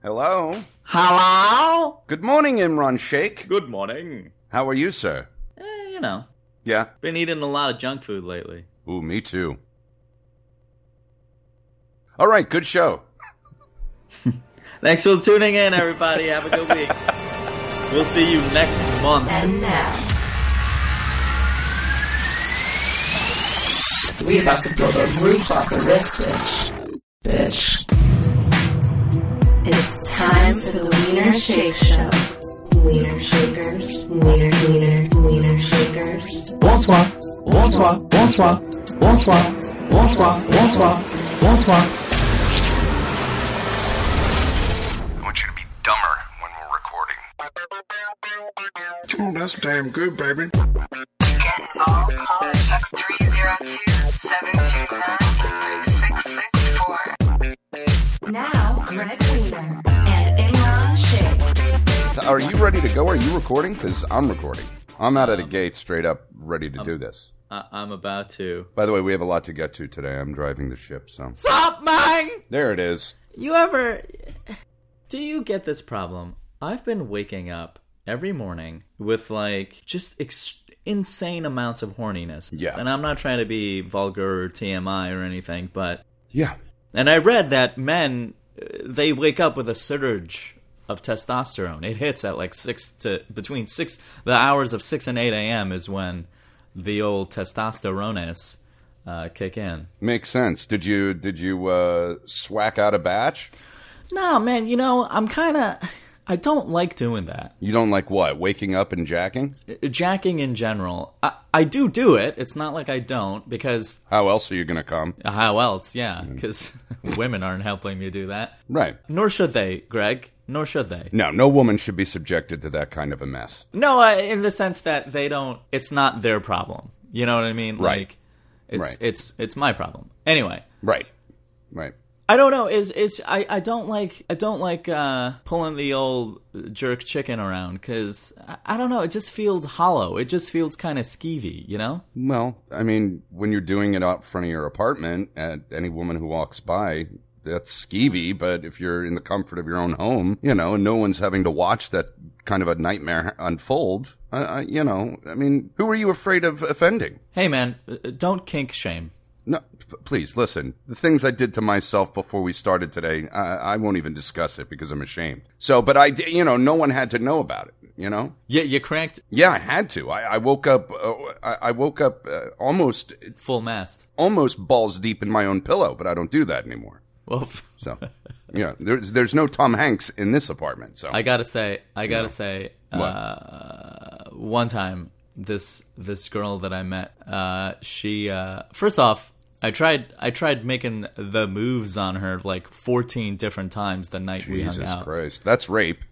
Hello. Hello? Good morning, Imran Sheikh. Good morning. How are you, sir? Eh, you know, Yeah. Been eating a lot of junk food lately. Ooh, me too. All right, good show. Thanks for tuning in, everybody. Have a good week. We'll see you next month. And now. We about to blow the roof off of this bitch. Bitch. It's time for the Wiener Shake Show. Wiener Shakers. Wiener, Wiener, Wiener Shakers. Bonsoir, bonsoir, bonsoir, bonsoir, bonsoir, bonsoir, bonsoir. I want you to be dumber when we're recording. Oh, that's damn good, baby. To get all callers, text 302-729-3664. Now, Greg Wiener and Imran Shake. Are you ready to go? Are you recording? Because I'm recording. I'm out of the gate, straight up, ready to do this. I- I'm about to. By the way, we have a lot to get to today. I'm driving the ship, so Stop, man! there it is. You ever. Do you get this problem? I've been waking up every morning with like just ex- insane amounts of horniness. Yeah. And I'm not trying to be vulgar or TMI or anything, but Yeah. and I read that men uh, they wake up with a surge of testosterone. It hits at like six to between six the hours of six and eight a.m. is when the old testosterones uh, kick in. Makes sense. Did you did you uh swack out a batch? No, man, you know I'm kind of I don't like doing that. You don't like what? Waking up and jacking? jacking in general I, I do do it it's not like i don't because How else are you gonna come? how else yeah because women aren't helping me do that Right. nor should they greg nor should they No, no woman should be subjected to that kind of a mess. no uh, in the sense that they don't it's not their problem you know what i mean Right. like it's Right. it's it's my problem anyway Right. Right. I don't know. Is it's I, I don't like I don't like uh, pulling the old jerk chicken around because I, I don't know. It just feels hollow. It just feels kind of skeevy, you know. Well, I mean, when you're doing it out front of your apartment at any woman who walks by, that's skeevy, but if you're in the comfort of your own home, you know, and no one's having to watch that kind of a nightmare unfold, I, I, you know, I mean, who are you afraid of offending? Hey man, uh, don't kink shame. No, p- please listen. The things I did to myself before we started today, I, I won't even discuss it because I'm ashamed. So, but I, di- you know, no one had to know about it. You know, Yeah, you cranked yeah, I had to. I, I woke up. Uh, I, I woke up uh, almost, full mast. almost balls deep in my own pillow, but I don't do that anymore. Well, So, yeah, there's there's no Tom Hanks in this apartment. So, I gotta say, I gotta say, What? uh, one time this this girl that I met, uh, she uh, first off, I tried I tried making the moves on her like fourteen different times the night we Jesus hung out. Christ, that's rape.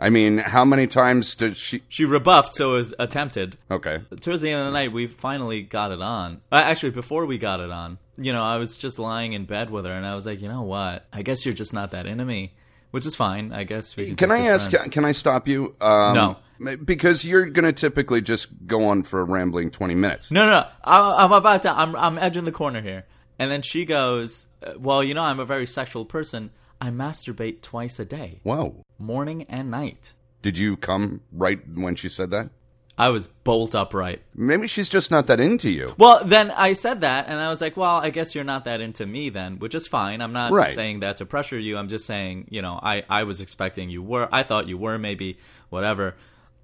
I mean, how many times did she? She rebuffed, so it was attempted. Okay, towards the end of the night, we finally got it on. Uh, actually, before we got it on, you know, I was just lying in bed with her, and I was like, you know what? I guess you're just not that into me, which is fine. I guess we Can just I be ask? friends. Can I stop you? Um, No. because you're going to typically just go on for a rambling twenty minutes. No, no, no. I, I'm about to. I'm I'm edging the corner here, and then she goes, uh, well, you know, I'm a very sexual person. I masturbate twice a day, Whoa! morning and night. Did you come right when she said that? I was bolt upright. Maybe she's just not that into you. Well, then I said that, and I was like, "Well, I guess you're not that into me then," which is fine. I'm not Right. saying that to pressure you. I'm just saying, you know, I I was expecting you were. I thought you were maybe whatever.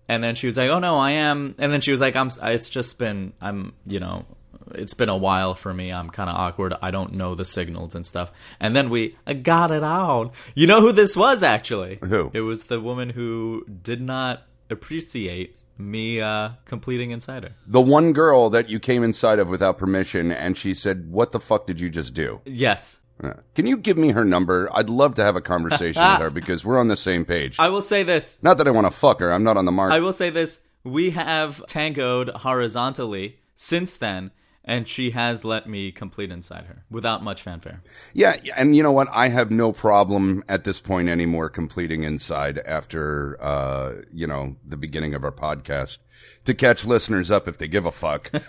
And then she was like, "Oh no, I am." And then she was like, "I'm. It's just been. I'm. You know, it's been a while for me. I'm kind of awkward. I don't know the signals and stuff." And then we got it out. You know who this was actually? Who? It was the woman who did not appreciate me uh, completing Insider. The one girl that you came inside of without permission, and she said, "What the fuck did you just do?" Yes. Uh, Can you give me her number? I'd love to have a conversation with her because we're on the same page. I will say this. Not that I want to fuck her. I'm not on the market. I will say this. We have tangoed horizontally since then, and she has let me complete inside her without much fanfare. Yeah, and you know what? I have no problem at this point anymore completing Inside after uh, you know the beginning of our podcast to catch listeners up if they give a fuck. uh,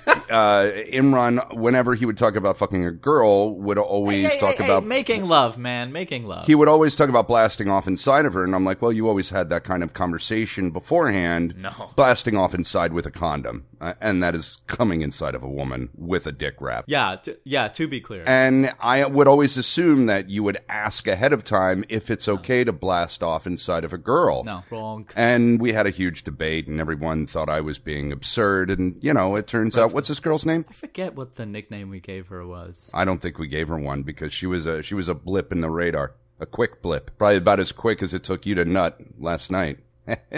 Imran, whenever he would talk about fucking a girl, would always Hey, talk hey, hey, about making love, man. Making love. he would always talk about blasting off inside of her, and I'm like, well, you always had that kind of conversation beforehand. No. blasting off inside with a condom, uh, and that is coming inside of a woman with a dick wrap. yeah. To, yeah. To be clear. And I would always assume that you would ask ahead of time if it's okay to blast off inside of a girl. no. Wrong. And we had a huge debate, and everyone thought I was being absurd. And, you know, it turns out, what's this girl's name? I forget what the nickname we gave her was. I don't think we gave her one because she was a, she was a blip in the radar. A quick blip. Probably about as quick as it took you to nut last night.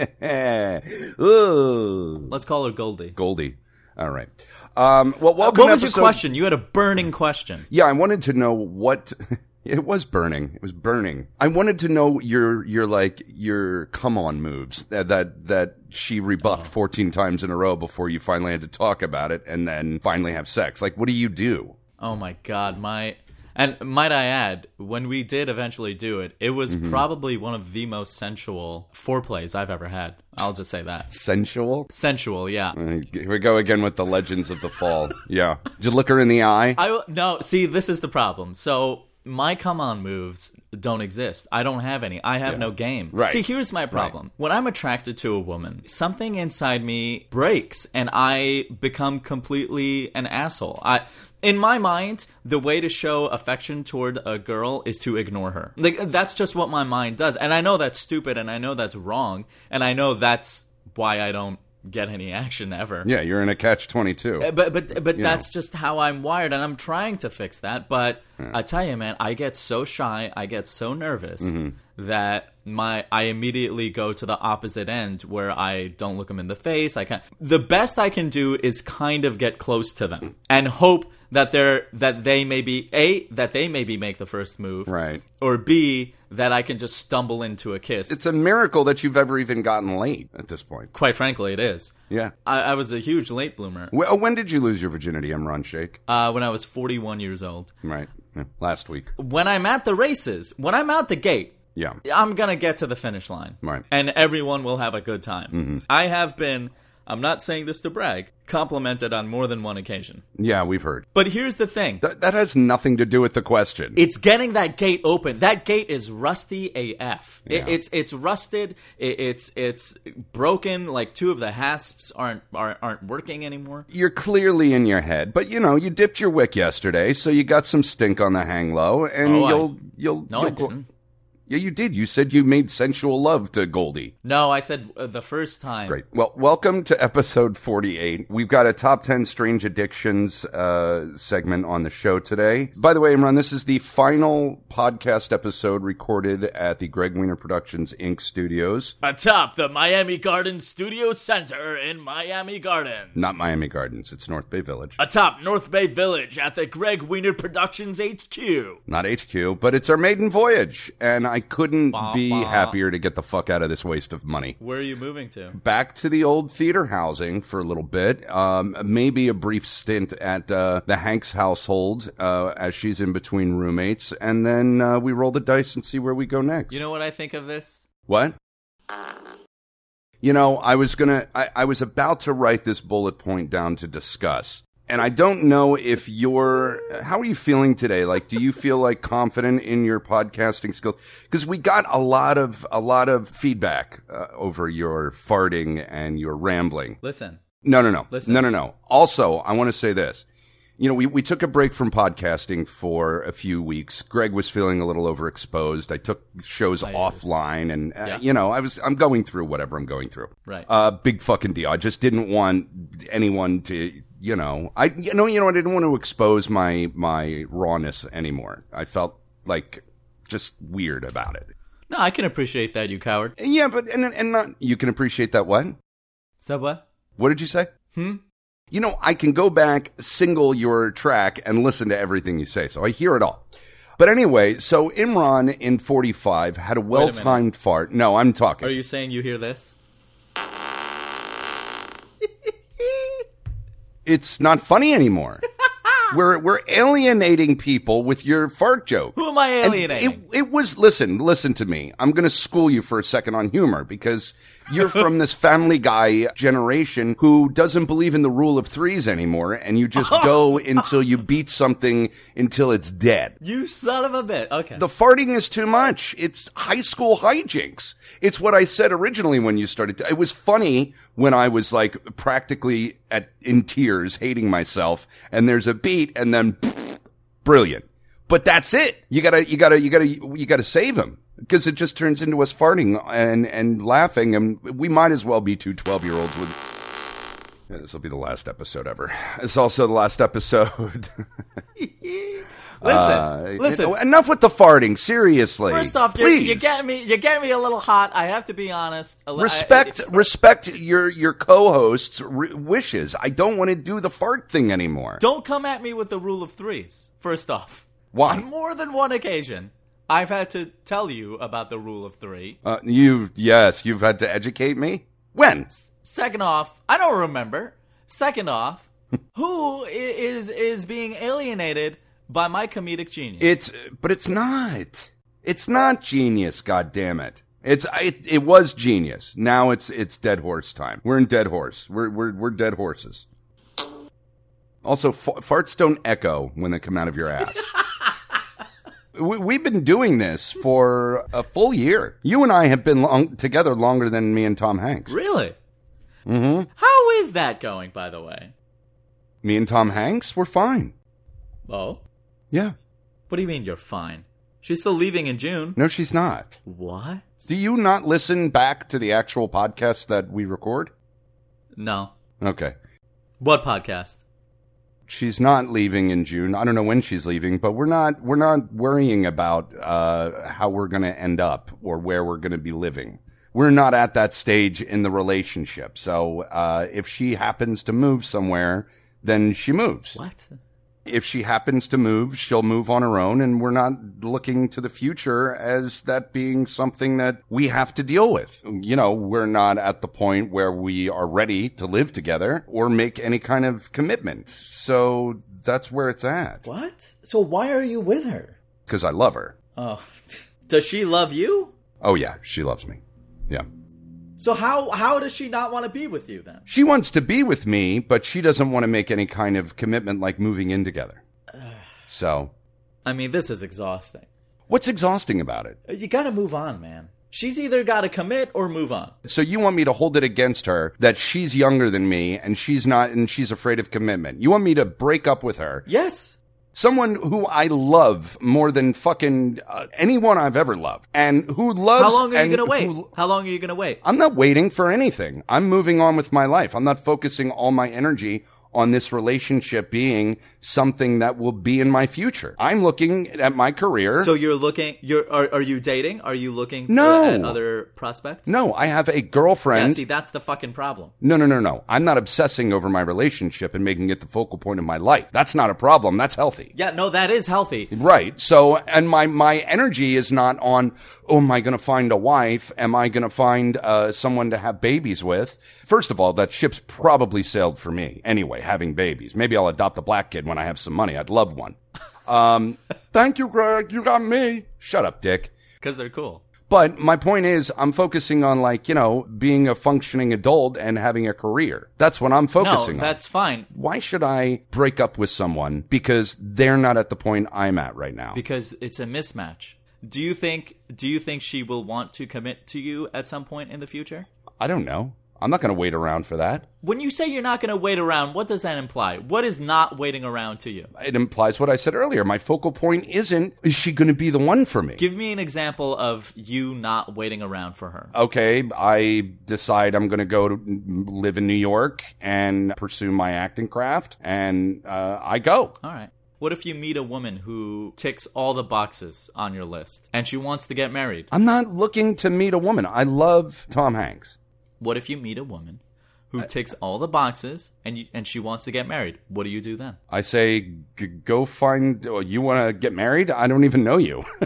Ooh. Let's call her Goldie. Goldie. All right. Um, well, welcome What to was your episode- question? You had a burning question. Yeah, I wanted to know what it was burning. It was burning. I wanted to know your your like your come on moves that that, that she Oh. rebuffed 14 times in a row before you finally had to talk about it and then finally have sex. Like what do you do? Oh my god, my and might I add, when we did eventually do it, it was Mm-hmm. probably one of the most sensual foreplays I've ever had. I'll just say that. Sensual? Sensual, yeah. Uh, Here we go again with the legends of the fall. Yeah. Did you look her in the eye? I will- no, see, this is the problem. So my come on moves don't exist. I don't have any. I have no game. Right. See, here's my problem. When I'm attracted to a woman, something inside me breaks and I become completely an asshole. I in my mind, the way to show affection toward a girl is to ignore her. Like that's just what my mind does. And I know that's stupid and I know that's wrong and I know that's why I don't get any action ever yeah, you're in a catch 22. but but but that's just how I'm wired, and I'm trying to fix that. But I tell you, man, I get so shy, I get so nervous Mm-hmm. that my I immediately go to the opposite end where I don't look them in the face. I can the best I can do is kind of get close to them and hope that they're that they maybe a that they maybe make the first move, Right. Or b that I can just stumble into a kiss. it's a miracle that you've ever even gotten late at this point. Quite frankly, it is. Yeah. I, I was a huge late bloomer Wh- uh, When did you lose your virginity, Imran Sheikh? uh, when I was 41 years old. Right. Yeah, Last week. when I'm at the races, when I'm out the gate, Yeah. I'm gonna get to the finish line, Right. Mm-hmm. And everyone will have a good time. I have been. I'm not saying this to brag. Complimented on more than one occasion. Yeah, we've heard. But here's the thing: That, that has nothing to do with the question. it's getting that gate open. That gate is rusty AF. Yeah. It, it's it's rusted. It, it's it's broken. Like two of the hasps aren't aren't, aren't working anymore. You're clearly in your head, but you know you dipped your wick yesterday, so you got some stink on the hang low, and Oh, I- you'll you'll No, you'll I gl- didn't. Yeah, you did. You said you made sensual love to Goldie. No, I said uh, the first time. Great. Well, welcome to episode 48. We've got a top 10 strange addictions uh, segment on the show today. By the way, Imran, this is the final podcast episode recorded at the Greg Wiener Productions Inc. studios, Atop the Miami Gardens Studio Center in Miami Gardens. not Miami Gardens. It's North Bay Village. atop North Bay Village at the Greg Wiener Productions HQ. not HQ, but it's our maiden voyage, and I couldn't Bah, be bah. happier to get the fuck out of this waste of money. Where are you moving to? Back to the old theater housing for a little bit, um, maybe a brief stint at uh, the Hanks household uh, as she's in between roommates, and then uh, we roll the dice and see where we go next. You know what I think of this? What? You know, I was gonna, I, I was about to write this bullet point down to discuss. And I don't know if you're, how are you feeling today? Like, do you feel like confident in your podcasting skills? Because we got a lot of, a lot of feedback uh, over your farting and your rambling. Listen, No, no, no. Listen. No, no, no. Also, I want to say this. You know, we, we took a break from podcasting for a few weeks. Greg was feeling a little overexposed. I took shows offline and, uh, Yeah. you know, I was, I'm going through whatever I'm going through. Right. Uh, big fucking deal. I just didn't want anyone to, you know, I, you know, you know, I didn't want to expose my, my rawness anymore. I felt like just weird about it. No, I can appreciate that, you coward. And yeah, but, and, and not, you can appreciate that what? So what? What did you say? Hmm? You know, I can go back, single your track, and listen to everything you say. So I hear it all. But anyway, so Imran in 45 had a well timed fart. No, I'm talking. Are you saying you hear this? it's not funny anymore. we're, we're alienating people with your fart joke. Who am I And alienating? It, it was, listen, listen to me. I'm going to school you for a second on humor because you're from this family guy generation who doesn't believe in the rule of threes anymore. And you just go until you beat something until it's dead. you son of a bit. Okay. The farting is too much. It's high school hijinks. It's what I said originally when you started. It was funny when I was like practically at in tears, hating myself. And there's a beat, and then brilliant. But that's it. You gotta, you gotta, you gotta, you gotta save him because it just turns into us farting and and laughing, and we might as well be two 12 year olds with. Yeah, this will be the last episode ever. It's also the last episode. listen, Uh, listen. enough with the farting. Seriously. First off, you're, you Please. get me. You get me a little hot. I have to be honest. A li- I- Respect, respect your your co-host's r- wishes. I don't want to do the fart thing anymore. Don't come at me with the rule of threes. First off, Why? On more than one occasion, I've had to tell you about the rule of three. Uh, you yes, you've had to educate me. When? Second off, I don't remember. Second off, who i- is is being alienated by my comedic genius? It's but it's not. It's not genius. God damn it. It's it, it was genius. Now it's it's dead horse time. We're in dead horse. We're we're we're dead horses. Also, f- farts don't echo when they come out of your ass. we, we've been doing this for a full year. You and I have been long, together longer than me and Tom Hanks. really. Mm-hmm. How is that going, by the way? Me and Tom Hanks, we're fine. Oh, Yeah. what do you mean you're fine? She's still leaving in June. No, she's not. What? Do you not listen back to the actual podcast that we record? No. Okay. What podcast? she's not leaving in June. I don't know when she's leaving, but we're not we're not worrying about uh, how we're going to end up or where we're going to be living. We're not at that stage in the relationship. So uh, if she happens to move somewhere, then she moves. What? If she happens to move, she'll move on her own, and we're not looking to the future as that being something that we have to deal with. You know, we're not at the point where we are ready to live together or make any kind of commitment. So that's where it's at. What? So why are you with her? Because I love her. Oh, does she love you? Oh, yeah, she loves me. Yeah. So how how does she not want to be with you then? She wants to be with me, but she doesn't want to make any kind of commitment like moving in together. So, I mean, this is exhausting. what's exhausting about it? You gotta move on, man. She's either gotta commit or move on. So you want me to hold it against her that she's younger than me and she's not and she's afraid of commitment. You want me to break up with her. Yes. Someone who I love more than fucking uh, anyone I've ever loved and who loves How long are and you gonna wait? who- How long are you gonna wait? I'm not waiting for anything. I'm moving on with my life. I'm not focusing all my energy on this relationship being something that will be in my future. I'm looking at my career. So you're looking. You're are, are you dating? Are you looking No. for, at other prospects? no, I have a Yeah, girlfriend. see, that's the fucking problem. No, no, no, no. I'm not obsessing over my relationship and making it the focal point of my life. That's not a problem. That's healthy. Yeah, no, that is healthy. Right. So, and my, my energy is not on, oh, am I going to find a wife? Am I going to find uh, someone to have babies with? First of all, that ship's probably sailed for me anyway, having babies. Maybe I'll adopt a black kid when I have some money. I'd love one. Um, thank you, Greg. You got me. Shut up, dick. Because they're cool. But my point is, I'm focusing on like, you know, being a functioning adult and having a career. That's what I'm No, focusing on that's fine. why should I break up with someone because they're not at the point I'm at right now? because it's a mismatch. Do you think do you think she will want to commit to you at some point in the future? I don't know. I'm not going to wait around for that. When you say you're not going to wait around, what does that imply? What is not waiting around to you? It implies what I said earlier. My focal point isn't, is she going to be the one for me? Give me an example of you not waiting around for her. okay, I decide I'm going to go to live in New York and pursue my acting craft, and uh, I go. All right. What if you meet a woman who ticks all the boxes on your list and she wants to get married? I'm not looking to meet a woman. I love Tom Hanks. What if you meet a woman who ticks all the boxes and you, and she wants to get married? What do you do then? I say, G- go find. oh, You want to get married? I don't even know you.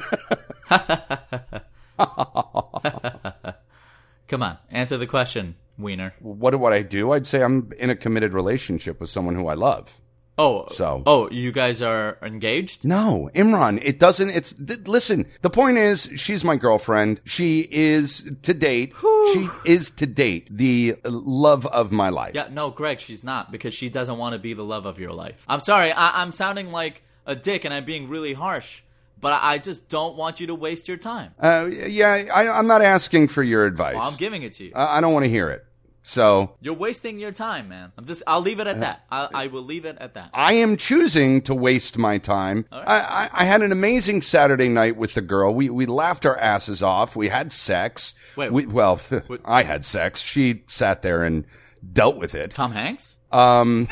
Come on, answer the question, Wiener. what would I do? I'd say I'm in a committed relationship with someone who I love. Oh, So- oh, you guys are engaged? No, Imran, it doesn't. It's th- listen. The point is, she's my girlfriend. She is to date. She is to date the love of my life. Yeah, no, Greg, she's not because she doesn't want to be the love of your life. I'm sorry, I- I'm sounding like a dick and I'm being really harsh, but I, I just don't want you to waste your time. Uh, yeah, I, I'm not asking for your advice. Well, I'm giving it to you. I, I don't want to hear it. So You're wasting your time, man. I'm just. I'll leave it at that. I, I will leave it at that. I am choosing to waste my time. I, I, I had an amazing Saturday night with the girl. We we laughed our asses off. We had sex. Wait, we, well, what- I had sex. She sat there and dealt with it. Tom Hanks? Um,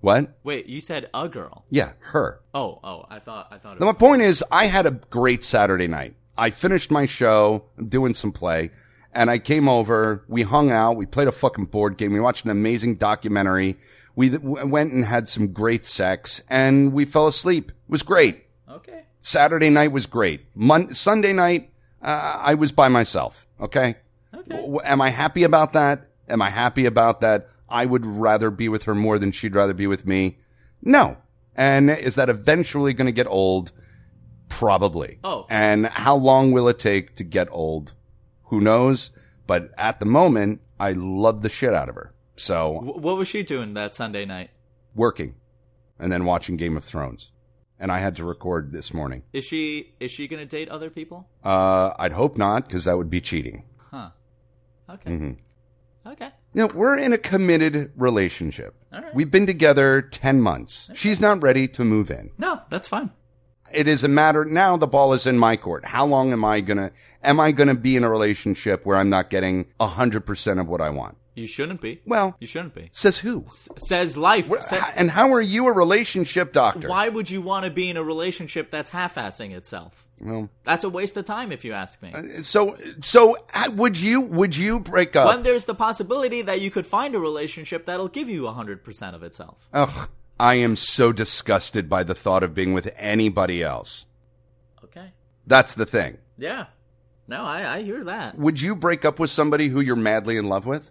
what? Wait, you said a girl? Yeah, her. Oh, oh, I thought I thought. It Now, my was point is, I had a great Saturday night. I finished my show, I'm doing some play, and I came over. We hung out. We played a fucking board game. We watched an amazing documentary. We th- w- went and had some great sex, and we fell asleep. It was great. okay. Saturday night was great. Mon- Sunday night, uh, I was by myself. Okay. W- am I happy about that? Am I happy about that? I would rather be with her more than she'd rather be with me. No. And is that eventually going to get old? Probably. Oh. And how long will it take to get old? Who knows? But at the moment, I love the shit out of her. So Wh- what was she doing that Sunday night? working and then watching Game of Thrones. And I had to record this morning. Is she is she gonna date other people? Uh, I'd hope not, because that would be cheating. Mm-hmm. Huh. Okay. Okay. You know, we're in a committed relationship. All right. We've been together 10 months. She's not ready to move in. No, that's fine. It is a matter now the ball is in my court. How long am I going to am I going to be in a relationship where I'm not getting 100% of what I want? You shouldn't be. Well, you shouldn't be. says who? S- says life. Where- Sa- h- and how are you a relationship doctor? why would you want to be in a relationship that's half-assing itself? Well, uh, That's a waste of time, if you ask me. so so uh, would you would you break up? when there's the possibility that you could find a relationship that'll give you 100% of itself. Ugh, I am so disgusted by the thought of being with anybody else. Okay. That's the thing. Yeah. No, I, I hear that. Would you break up with somebody who you're madly in love with?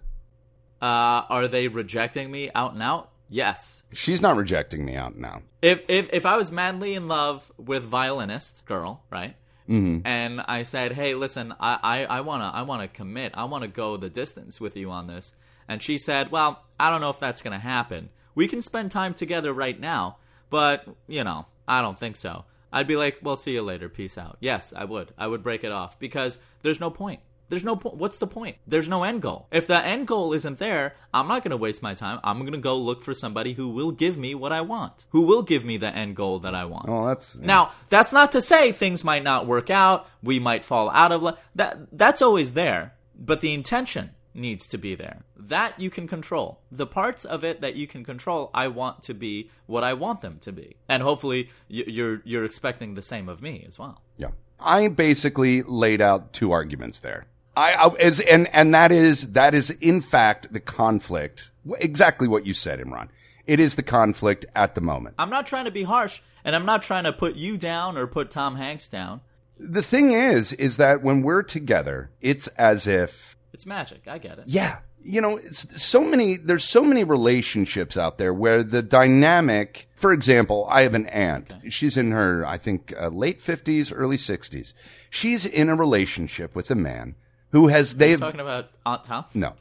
Uh, are they rejecting me out and out? Yes. She's not rejecting me out now. If if if I was madly in love with violinist girl, right? Mm-hmm. And I said, "Hey, listen, I, I, I wanna I wanna commit. I wanna go the distance with you on this." And she said, "Well, I don't know if that's gonna happen. We can spend time together right now, but you know, I don't think so." I'd be like, "Well, see you later. Peace out." Yes, I would. I would break it off because there's no point. There's no point. What's the point? There's no end goal. If the end goal isn't there, I'm not going to waste my time. I'm going to go look for somebody who will give me what I want, who will give me the end goal that I want. Well, that's Now, Oh, that's not to say things might not work out. We might fall out of love. That that's always there, but the intention needs to be there. That you can control. The parts of it that you can control, I want to be what I want them to be, and hopefully y- you're you're expecting the same of me as well. yeah. I basically laid out two arguments there. I, I is and and that is that is in fact the conflict. Wh- Exactly what you said, Imran. It is the conflict at the moment. I'm not trying to be harsh, and I'm not trying to put you down or put Tom Hanks down. The thing is, is that when we're together, it's as if It's magic. I get it. yeah you know it's so many there's so many relationships out there where the dynamic for example i have an aunt she's in her i think uh, late 50s early 60s she's in a relationship with a man who Are has you they've talking about Aunt Tom? no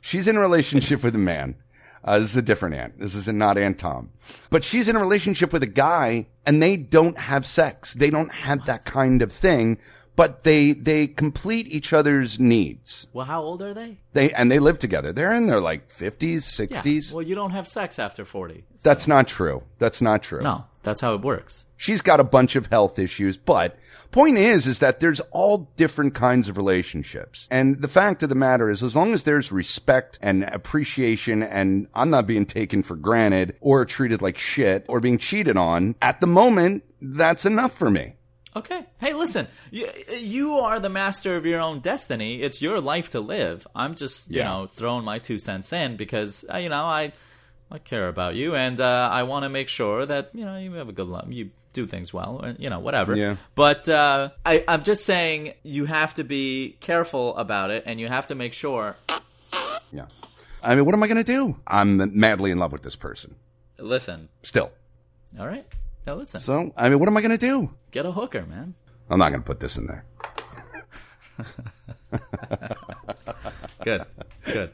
she's in a relationship with a man uh, this is a different aunt this is not aunt tom but she's in a relationship with a guy and they don't have sex they don't have that kind of thing but they they complete each other's needs. Well, how old are they? They and they live together. They're in their like fifties, sixties. Well, you don't have sex after 40. That's not true. That's not true. No, that's how it works. She's got a bunch of health issues, but point is, is that there's all different kinds of relationships. And the fact of the matter is, as long as there's respect and appreciation and I'm not being taken for granted or treated like shit or being cheated on at the moment, that's enough for me. Okay. Hey, listen. You, you are the master of your own destiny. It's your life to live. I'm just, you Yeah. know, throwing my two cents in because uh, you know I, I care about you, and uh, I want to make sure that you know you have a good life. You do things well, and you know whatever. Yeah. But uh, I, I'm just saying you have to be careful about it, and you have to make sure. Yeah. I mean, what am I going to do? I'm madly in love with this person Listen. still. All right. Now listen. So, I mean, what am I going to do? Get a hooker, man. I'm not going to put this in there. Good. good.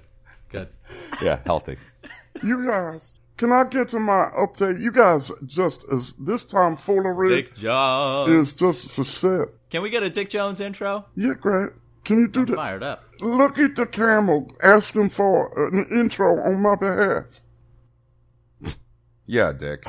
Good. Yeah, healthy. You guys, can I get to my update? You guys just is this time foolery Dick Jones. is just for shit. Can we get a Dick Jones intro? Yeah, great. Can you do that? Fired up. Look at the camel asking for an intro on my behalf. Yeah, Dick.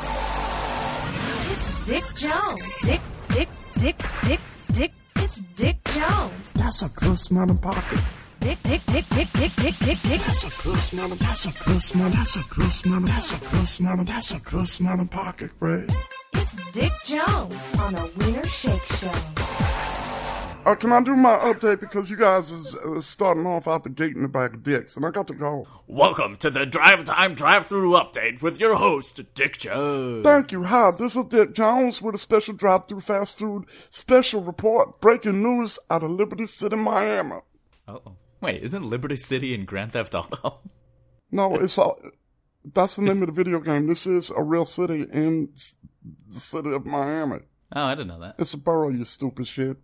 It's Dick Jones. Dick, Dick, Dick, Dick, Dick. It's Dick Jones. That's a good smelling pocket. Dick, Dick, Dick, Dick, Dick, Dick, Dick, Dick. That's a good smelling. That's a good smelling. That's a good smelling. That's a good smelling. That's a good smelling pocket, right? It's Dick Jones on the Wiener Shake Show. Uh, can I do my update because you guys is uh, starting off out the gate in the back of dicks, and I got to go. Welcome to the Drive Time Drive Through Update with your host, Dick Jones. Thank you. Hi, this is Dick Jones with a special drive through fast food special report. Breaking news out of Liberty City, Miami. Oh, wait, isn't Liberty City in Grand Theft Auto? No, it's all. That's the name of the video game. This is a real city in s- the city of Miami. Oh, I didn't know that. It's a borough, you stupid shit.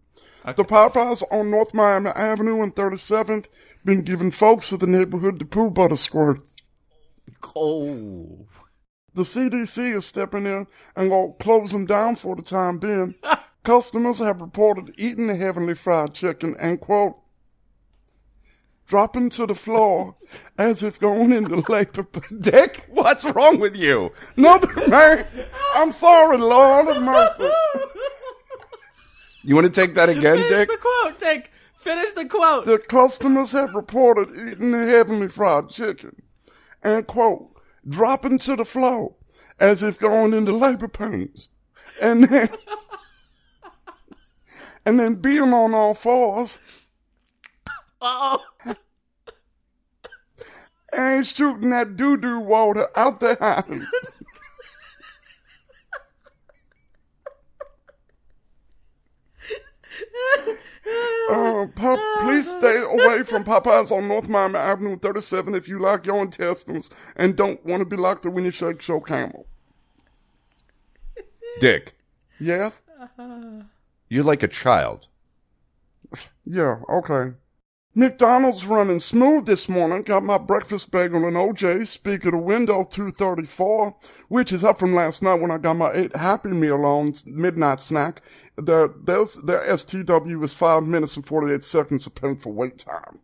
The Popeyes on North Miami Avenue and 37th been giving folks of the neighborhood the poo butter squirt. Oh, The CDC is stepping in and going to close them down for the time being. Customers have reported eating the heavenly fried chicken and, quote, dropping to the floor as if going into labor. Dick, what's wrong with you? no, man, I'm sorry, Lord of mercy. You want to take that again, finish Dick? the quote, Dick. Finish the quote. The customers have reported eating the heavenly fried chicken and, quote, dropping to the floor as if going into labor pains. And then, and then being on all fours Oh, and shooting that doo doo water out their eyes. Uh, Pop, please stay away from Popeyes on North Miami Avenue 37 if you like your intestines and don't want to be like the Winnie Shake Show camel. Dick, Yes? you're like a child. Yeah, okay. McDonald's running smooth this morning. Got my breakfast bagel and OJ. Speak of the window 234, which is up from last night when I got my eight Happy Meal on s- midnight snack. Their, their, their STW is 5 minutes and 48 seconds of painful wait time.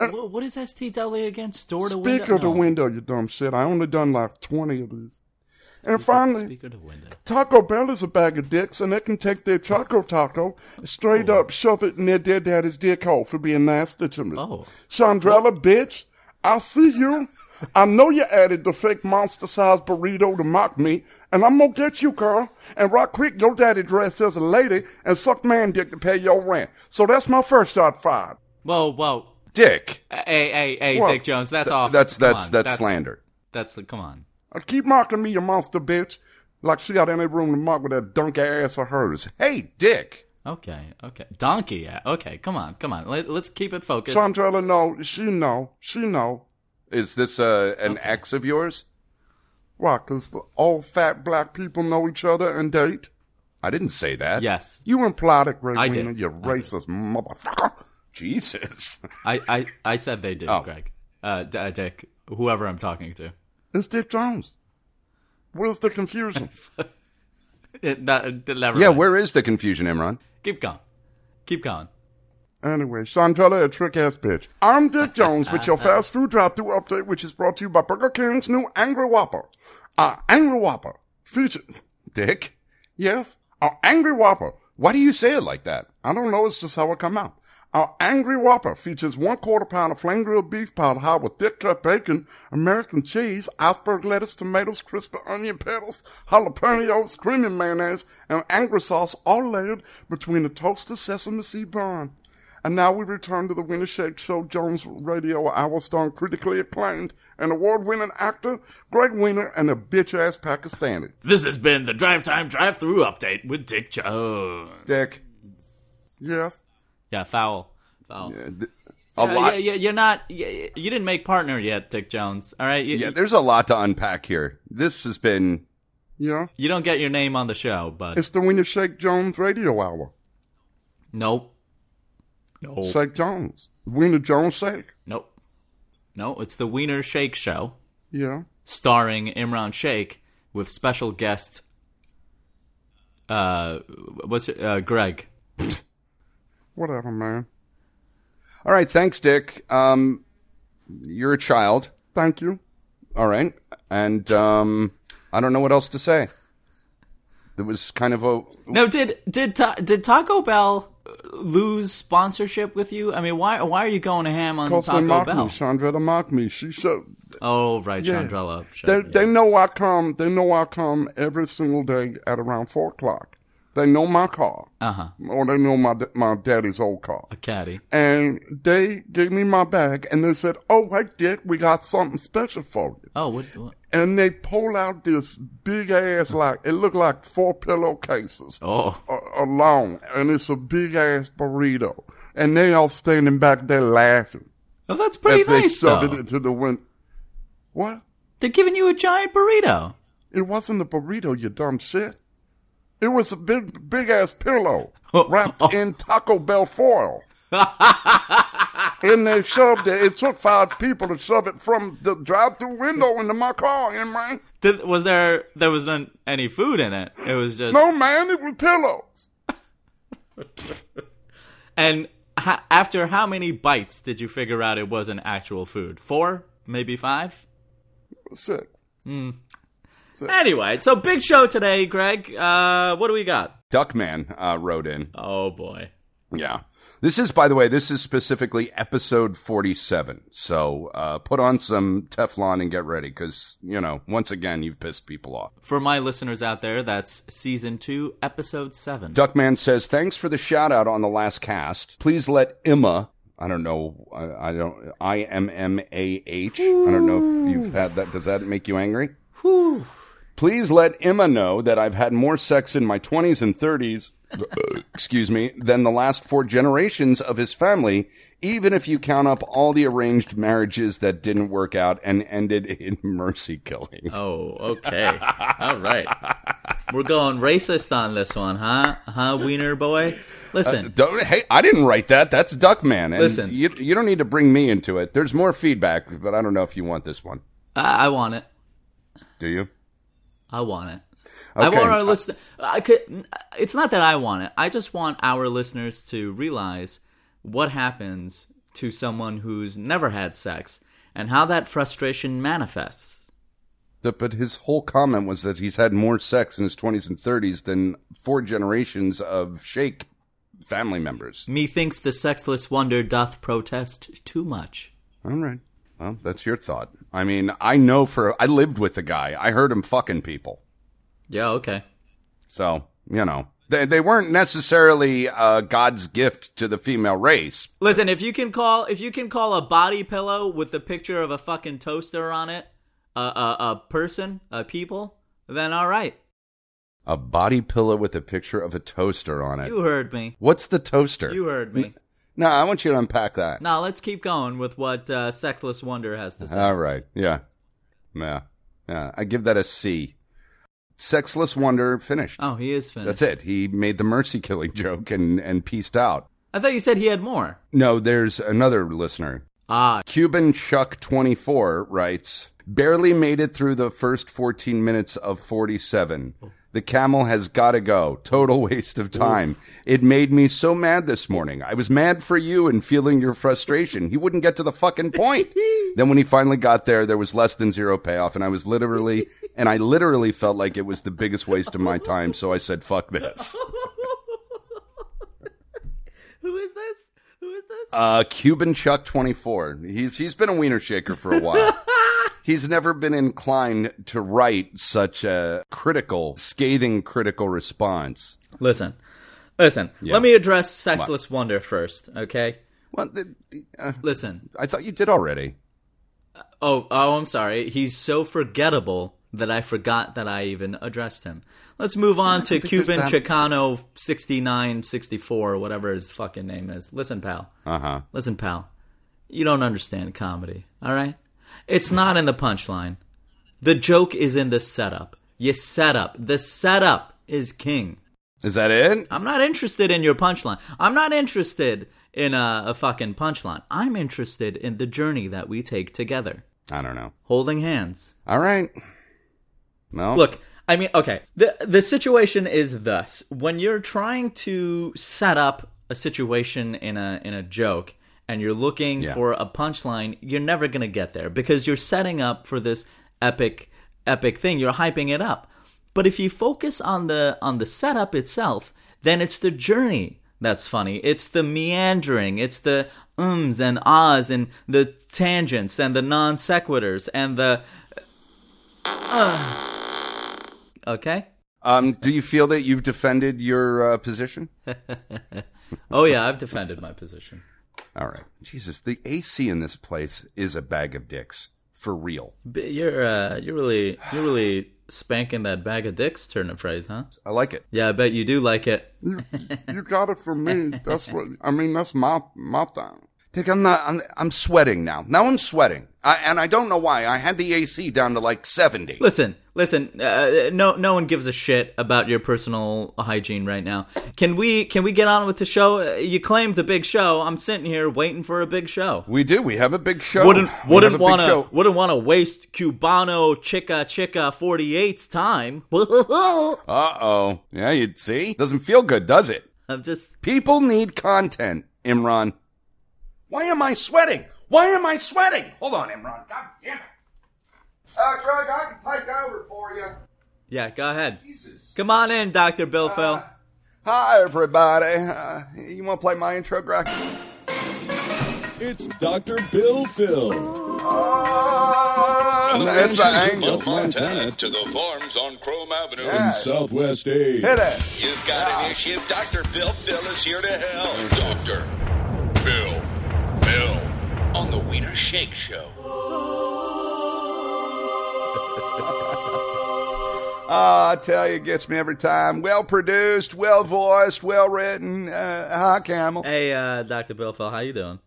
Wha- what is STW again? Store to window. Speak of the No. window, you dumb shit. I only done like 20 of these. and finally, Speaker to window. Taco Bell is a bag of dicks, and they can take their Choco Taco straight up, shove it in their dead daddy's dick hole for being nasty to me. Oh. Chandrella, bitch, I see you. I know you added the fake monster sized burrito to mock me, and I'm gonna get you, girl. And right quick, your daddy dressed as a lady and sucked man dick to pay your rent. So that's my first shot fired. Whoa, whoa. Dick, Hey, hey, hey, What? Dick Jones, that's off. that's- Come that's- on, that's slander. That's the come on. Uh, Keep mocking me, you monster bitch. Like she got any room to mock with that dunk ass of hers. hey, Dick. Okay, okay. Donkey, yeah. Okay, come on, come on. Let, let's keep it focused. Chandrella, no, she know, she know. Is this uh, an ex of yours? Why? Because all fat black people know each other and date? I didn't say that. Yes. You implied it, Greg I Wiener, did. you racist motherfucker. Jesus. I, I, I said they did, Oh. Greg. Uh, D- uh, Dick, whoever I'm talking to. It's Dick Jones. Where's the confusion? It, that, it- never Yeah, mind. where is the confusion, Imran? Keep going. Keep going. Anyway, Chantrella, a trick ass bitch. I'm Dick Jones with your fast food drive through update, which is brought to you by Burger King's new Angry Whopper. Our Angry Whopper feature. Dick? Yes, our Angry Whopper. Why do you say it like that? I don't know, it's just how it come out. Our Angry Whopper features one quarter pound of flame grilled beef powder hot with thick cut bacon, American cheese, iceberg lettuce, tomatoes, crispy onion petals, jalapenos, creamy mayonnaise, and angry sauce all layered between a toasted sesame seed bun. And now we return to the Winner Shake Show Jones Radio Hour starring critically acclaimed and award-winning actor Greg Wiener and the bitch-ass Pakistani. This has been the Drive Time Drive Through Update with Dick Jones. Dick. Yes. Yeah, foul. Foul. Yeah, a lot. yeah, yeah, you're not. You, you didn't make partner yet, Dick Jones. All right. You, Yeah, there's a lot to unpack here. This has been Yeah. you don't get your name on the show, but It's the Winner Shake Jones Radio Hour. nope, nope, Shake Jones. Wiener Jones Shake. nope, no. It's the Wiener Shake Show, Yeah. starring Imran Shake with special guest. Uh, what's it- uh Greg? Whatever, man. all right. Thanks, Dick. Um, you're a child. Thank you. All right, and um, I don't know what else to say. There was kind of a No, did did ta- did Taco Bell lose sponsorship with you? I mean, why why are you going ham on Because they Taco mock Bell? me. Chandra, they mock me. She showed. Oh, right, Yeah. Chandrella. Sure, They, yeah. they know I come. They know I come every single day at around four o'clock. They know my car, Uh-huh. or they know my my daddy's old car. A caddy. And they gave me my bag, and they said, "Oh, hey, Dick, we got something special for you." Oh, what, what? And they pull out this big ass, like it looked like four pillowcases Oh, a- along, and it's a big ass burrito. And they all standing back there laughing well, Oh, that's pretty as they nice shoved though. it into the wind. What? They're giving you a giant burrito. It wasn't a burrito, you dumb shit. It was a big, big ass pillow wrapped in Taco Bell foil. and they shoved it. It took five people to shove it from the drive-through window into my car, Imran. Did, was there there was none, any food in it? It was just No, man, it was pillows. And ha- after how many bites did you figure out it wasn't actual food? Four, maybe five. Six. Anyway, so big show today, Greg. Uh, what do we got? Duckman uh, wrote in. Oh boy. Yeah. This is, by the way, this is specifically episode 47. So uh, put on some Teflon and get ready because, you know, once again, you've pissed people off. For my listeners out there, that's season two, episode seven. Duckman says, thanks for the shout out on the last cast. Please let Emma. I don't know. I, I don't. I M M A H. I don't know if you've had that. Does that make you angry? Please let Emma know that I've had more sex in my 20s and 30s, excuse me, than the last four generations of his family, even if you count up all the arranged marriages that didn't work out and ended in mercy killing. Oh, okay. All right. We're going racist on this one, huh? Huh, Wiener boy? Listen, Uh, Don't, hey, I didn't write that. That's Duckman. And Listen. you, you don't need to bring me into it. There's more feedback, but I don't know if you want this one. I-, I want it. Do you? I want it. I Okay. want our listen. I could. It's not that I want it. I just want our listeners to realize what happens to someone who's never had sex and how that frustration manifests. Th- But his whole comment was that he's had more sex in his 20s and 30s than four generations of Sheikh family members. Methinks the sexless wonder doth protest too much. All right. Well, that's your thought. I mean, I know for I lived with the guy. I heard him fucking people. Yeah. Okay. So, you know, they they weren't necessarily uh, God's gift to the female race. Listen, if you can call if you can call a body pillow with the picture of a fucking toaster on it, a a, a person, a people, then all right. A body pillow with a picture of a toaster on it. You heard me. What's the toaster? You heard me. No, I want you to unpack that. Now let's keep going with what uh, Sexless Wonder has to say. All right. Yeah. Yeah. Yeah. I give that a C. Sexless wonder finished. Oh, he is finished. That's it. He made the mercy killing joke and, and pieced out. I thought you said he had more. No, there's another listener. Ah, Cuban Chuck24 writes, barely made it through the first 14 minutes of 47. The camel has got to go. Total waste of time. It made me so mad this morning. I was mad for you and feeling your frustration. He wouldn't get to the fucking point. then when he finally got there, there was less than zero payoff, and I was literally, and I literally felt like it was the biggest waste of my time. So I said, "Fuck this." Who is this? Who is this? Uh, Cuban Chuck twenty four. He's he's been a wiener shaker for a while. he's never been inclined to write such a critical, scathing, critical response. Listen, listen. Let me address sexless wonder first, okay? Well, listen. I thought you did already. Oh, oh, I'm sorry. He's so forgettable that I forgot that I even addressed him. Let's move on to think there's Cuban that- Chicano 69, 64, whatever his fucking name is. Listen, pal. Uh huh. Listen, pal. You don't understand comedy, all right? It's not in the punchline. The joke is in the setup. You set up. The setup is king. Is that it? I'm not interested in your punchline. I'm not interested in a, a fucking punchline. I'm interested in the journey that we take together, I don't know. holding hands. All right. No. Look, I mean, okay. The the situation is thus: when you're trying to set up a situation in a in a joke and you're looking Yeah. for a punchline, you're never going to get there because you're setting up for this epic epic thing. You're hyping it up. But if you focus on the on the setup itself, then it's the journey that's funny. It's the meandering. It's the ums and ahs and the tangents and the non sequiturs and the uh, okay. Um, do you feel that you've defended your uh, position? Oh yeah, I've defended my position. All right. Jesus, the AC in this place is a bag of dicks for real. But you're uh, you're really you're really spanking that bag of dicks turn of phrase, huh? I like it. Yeah, I bet you do like it. You got it from me. That's what I mean. That's my my thing. Dick, I'm not. I'm, I'm sweating now. Now I'm sweating, I, and I don't know why. I had the AC down to like seventy. Listen, listen. Uh, no, no one gives a shit about your personal hygiene right now. Can we can we get on with the show? Uh, You claimed a big show. I'm sitting here waiting for a big show. We do. We have a big show. Wouldn't We have a wouldn't big want to show. wouldn't want to waste Cubano Chica Chica 48's time. I'm Uh oh. Yeah, you'd see. Doesn't feel good, does it? just People need content, Imran. Why am I sweating? Why am I sweating? Hold on, Imran. God damn it. Uh, Greg, I can take over for you. yeah. Go ahead. Come on in, Doctor Bill Phil. Ah. Hi, everybody. Uh, you want to play my intro, Greg? It's Dr. Bill Phil. That's the angle. Montana to the farms on Chrome Avenue in Southwest Aid. Hit it. You've got an issue. Dr. Bill Phil is here to help. Dr. Bill Phil on the Wiener Shake Show. Ah, I tell you, it gets me every time. Well produced, well voiced, well written. Uh, hi, Camel. Hey, uh, Doctor Bill Phil, how you doing?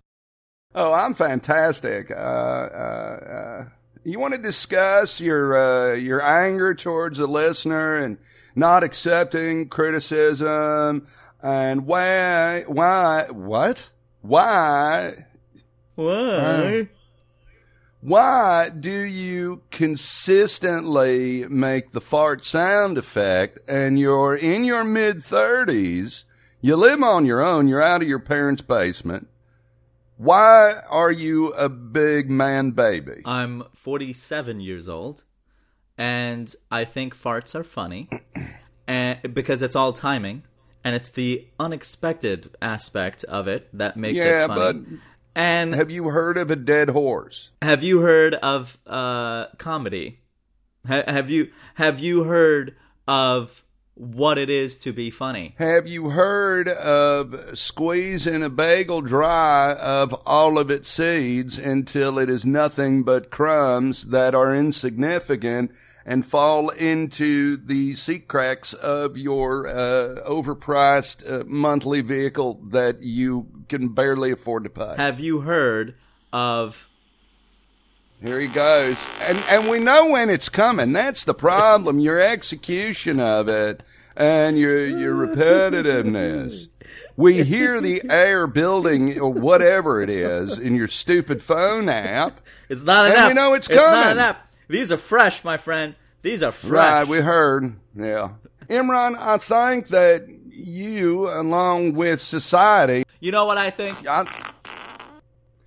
Oh, I'm fantastic. Uh, uh, uh, you want to discuss your uh, your anger towards a listener and not accepting criticism, and why why what why why why do you consistently make the fart sound effect and you're in your mid 30s? You live on your own, you're out of your parents' basement. Why are you a big man baby? I'm 47 years old, and I think farts are funny, and because it's all timing, and it's the unexpected aspect of it that makes yeah, it funny. but and have you heard of a dead horse? Have you heard of uh, comedy? Ha- have you have you heard of what it is to be funny? Have you heard of squeezing a bagel dry of all of its seeds until it is nothing but crumbs that are insignificant and fall into the seat cracks of your uh, overpriced uh, monthly vehicle that you can barely afford to pay? Have you heard of Here he goes. And and we know when it's coming. That's the problem. Your execution of it and your your repetitiveness. We hear the air building or whatever it is in your stupid phone app. It's not an and app. we know it's, It's coming. not an app. These are fresh, my friend. These are fresh. Right, we heard. Yeah. Imran, I think that you, along with society, You know what I think?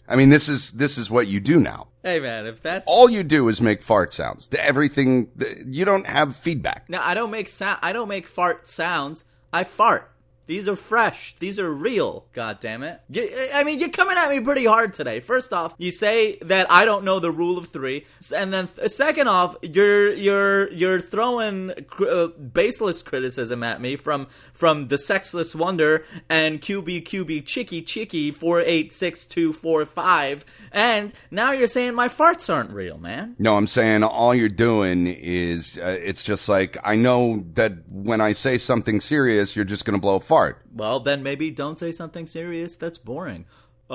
I mean, this is this is what you do now. Hey man, if that's All you do is make fart sounds. Everything you don't have feedback. Now I don't make sound. I don't make fart sounds. I fart. These are fresh. These are real. God damn it! You- I mean, you're coming at me pretty hard today. First off, you say that I don't know the rule of three, S- and then th- second off, you're you're you're throwing cr- uh, baseless criticism at me from from the sexless wonder and QB QB chicky chicky four eight six two four five, and now you're saying my farts aren't real, man. No, I'm saying all you're doing is uh, it's just like I know that when I say something serious, you're just going to blow a fart. Well, then maybe don't say something serious that's boring. Uh,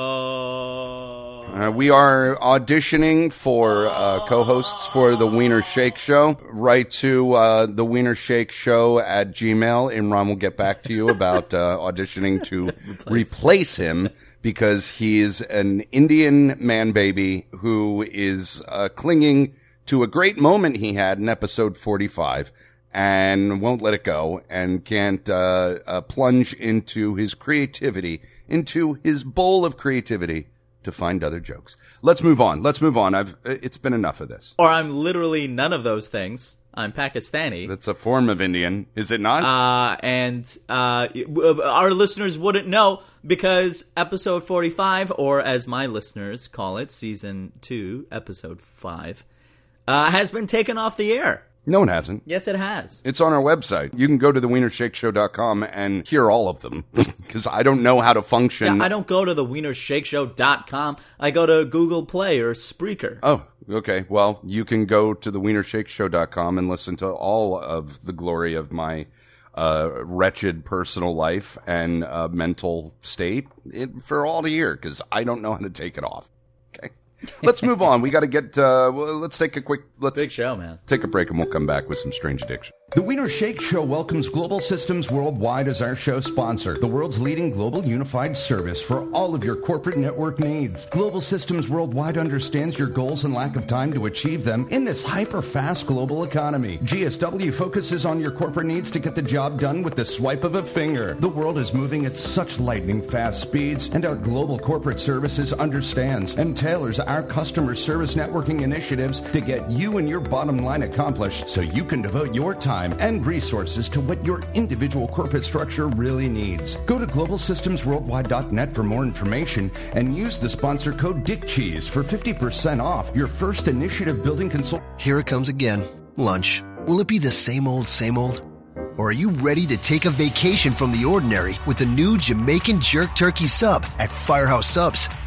Uh, we are auditioning for uh, co-hosts for the Wiener Shake Show. Write to uh, the Wiener Shake Show at Gmail. Imran will get back to you about uh, auditioning to replace him because he is an Indian man baby who is uh, clinging to a great moment he had in episode 45 and won't let it go and can't uh, uh, plunge into his creativity, into his bowl of creativity to find other jokes. Let's move on. Let's move on. I've uh, it's been enough of this. or I'm literally none of those things. I'm Pakistani. That's a form of Indian, is it not? Uh, and uh, w- our listeners wouldn't know because episode 45, or as my listeners call it, season 2, episode 5, uh, has been taken off the air. no, it hasn't. Yes, it has. It's on our website. You can go to the wienershakeshow.com and hear all of them because I don't know how to function. Yeah, I don't go to the wienershakeshow.com. I go to Google Play or Spreaker. Oh, okay. Well, you can go to the wienershakeshow.com and listen to all of the glory of my uh, wretched personal life and uh, mental state it, for all to hear because I don't know how to take it off. Okay. Let's move on. We got to get, uh, well, let's take a quick, let's Big show, man. take a break and we'll come back with some strange addiction. The Wiener Shake Show welcomes Global Systems Worldwide as our show sponsor, the world's leading global unified service for all of your corporate network needs. Global Systems Worldwide understands your goals and lack of time to achieve them in this hyper fast global economy. GSW focuses on your corporate needs to get the job done with the swipe of a finger. The world is moving at such lightning fast speeds, and our global corporate services understands and tailors our customer service networking initiatives to get you and your bottom line accomplished so you can devote your time and resources to what your individual corporate structure really needs. Go to globalsystemsworldwide.net for more information and use the sponsor code DICKCHEESE E for 50% off your first initiative building consult. Here it comes again. Lunch. Will it be the same old, same old? Or are you ready to take a vacation from the ordinary with the new Jamaican Jerk Turkey Sub at Firehouse Subs?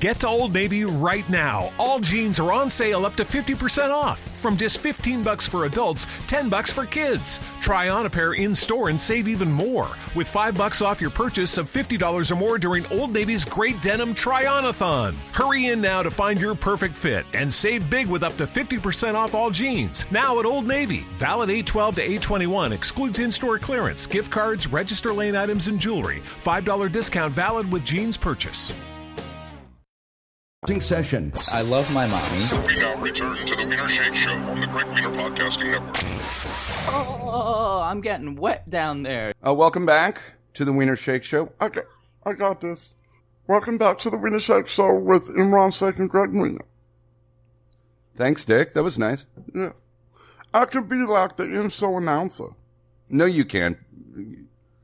Get to Old Navy right now. All jeans are on sale up to 50% off from just 15 bucks for adults, 10 bucks for kids. Try on a pair in store and save even more with 5 bucks off your purchase of $50 or more during Old Navy's Great Denim Try-On-a-thon. Hurry in now to find your perfect fit and save big with up to 50% off all jeans. Now at Old Navy, valid 812 to 821 excludes in-store clearance, gift cards, register lane items and jewelry. $5 discount valid with jeans purchase. Session. I love my mommy. We now return to the Wiener Shake Show on the Great Wiener Podcasting Network. Oh, I'm getting wet down there. Uh, welcome back to the Wiener Shake Show. I got, I got this. Welcome back to the Winner Shake Show with Imran Sheikh and Greg Wiener. Thanks, Dick. That was nice. Yes. I could be like the in show announcer. No, you can't.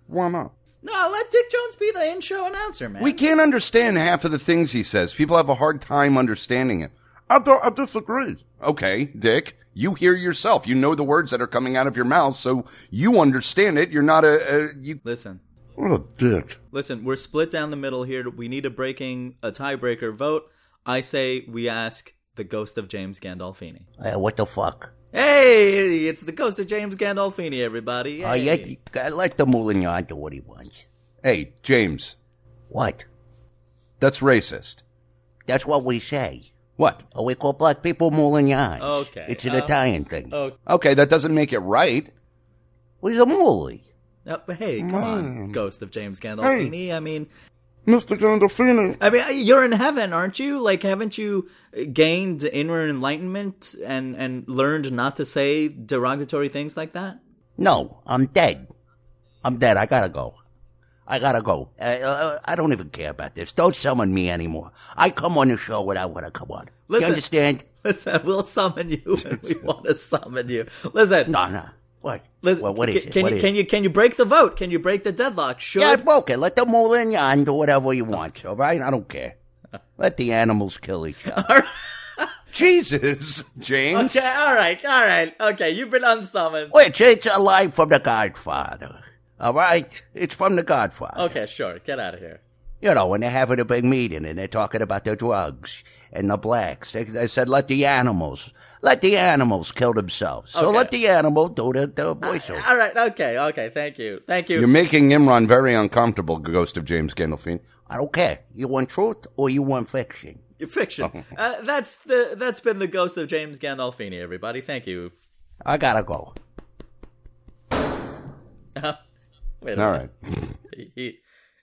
Why not? No, let Dick Jones be the in-show announcer, man. We can't understand half of the things he says. People have a hard time understanding him. I don't, I disagree. Okay, Dick, you hear yourself. You know the words that are coming out of your mouth, so you understand it. You're not a, a you. Listen, What a dick. listen. We're split down the middle here. We need a breaking, a tiebreaker vote. I say we ask the ghost of James Gandolfini. Uh, what the fuck? Hey, it's the ghost of James Gandolfini, everybody. Ah, Uh, Hey. yeah, I let the Moulinard do what he wants. Hey, James, What? that's racist. That's what we say. What? Oh, we call black people Moulinage. Okay, It's an uh, Italian thing. Oh, Okay, that doesn't make it right. Where's a Mouli? uh, but hey, come on, Ghost of James Gandolfini. I mean, Mr. Gandolfini. I mean, you're in heaven, aren't you? Like, haven't you gained inner enlightenment and and learned not to say derogatory things like that? No, I'm dead. I'm dead. I gotta go. I gotta go. Uh, uh, I don't even care about this. Don't summon me anymore. I come on the show when I want to come on. Listen. you understand? Listen, we'll summon you when we want to summon you. Listen, No, no. What? listen. Well, what ca- is it? Can What you is can you can you break the vote? Can you break the deadlock? Should Yeah, I broke it. Let the Moulin do whatever you want, all right? I don't care. Let the animals kill each other. Jesus, James. okay, all right, all right, okay. You've been unsummoned. Which it's a line from The Godfather, all right? It's from The Godfather. Okay, sure. Get out of here. You know, when they're having a big meeting and they're talking about the drugs and the blacks, they, they said, let the animals, let the animals kill themselves. So Okay. let the animal do the, the voiceover. All right, okay, okay. Thank you, thank you. You're making Imran very uncomfortable, Ghost of James Gandolfini. I don't care. You want truth or you want fiction? Oh. Fiction. Uh, that's the that's been the ghost of James Gandolfini. Everybody, thank you. I gotta go. Wait a All minute. right. He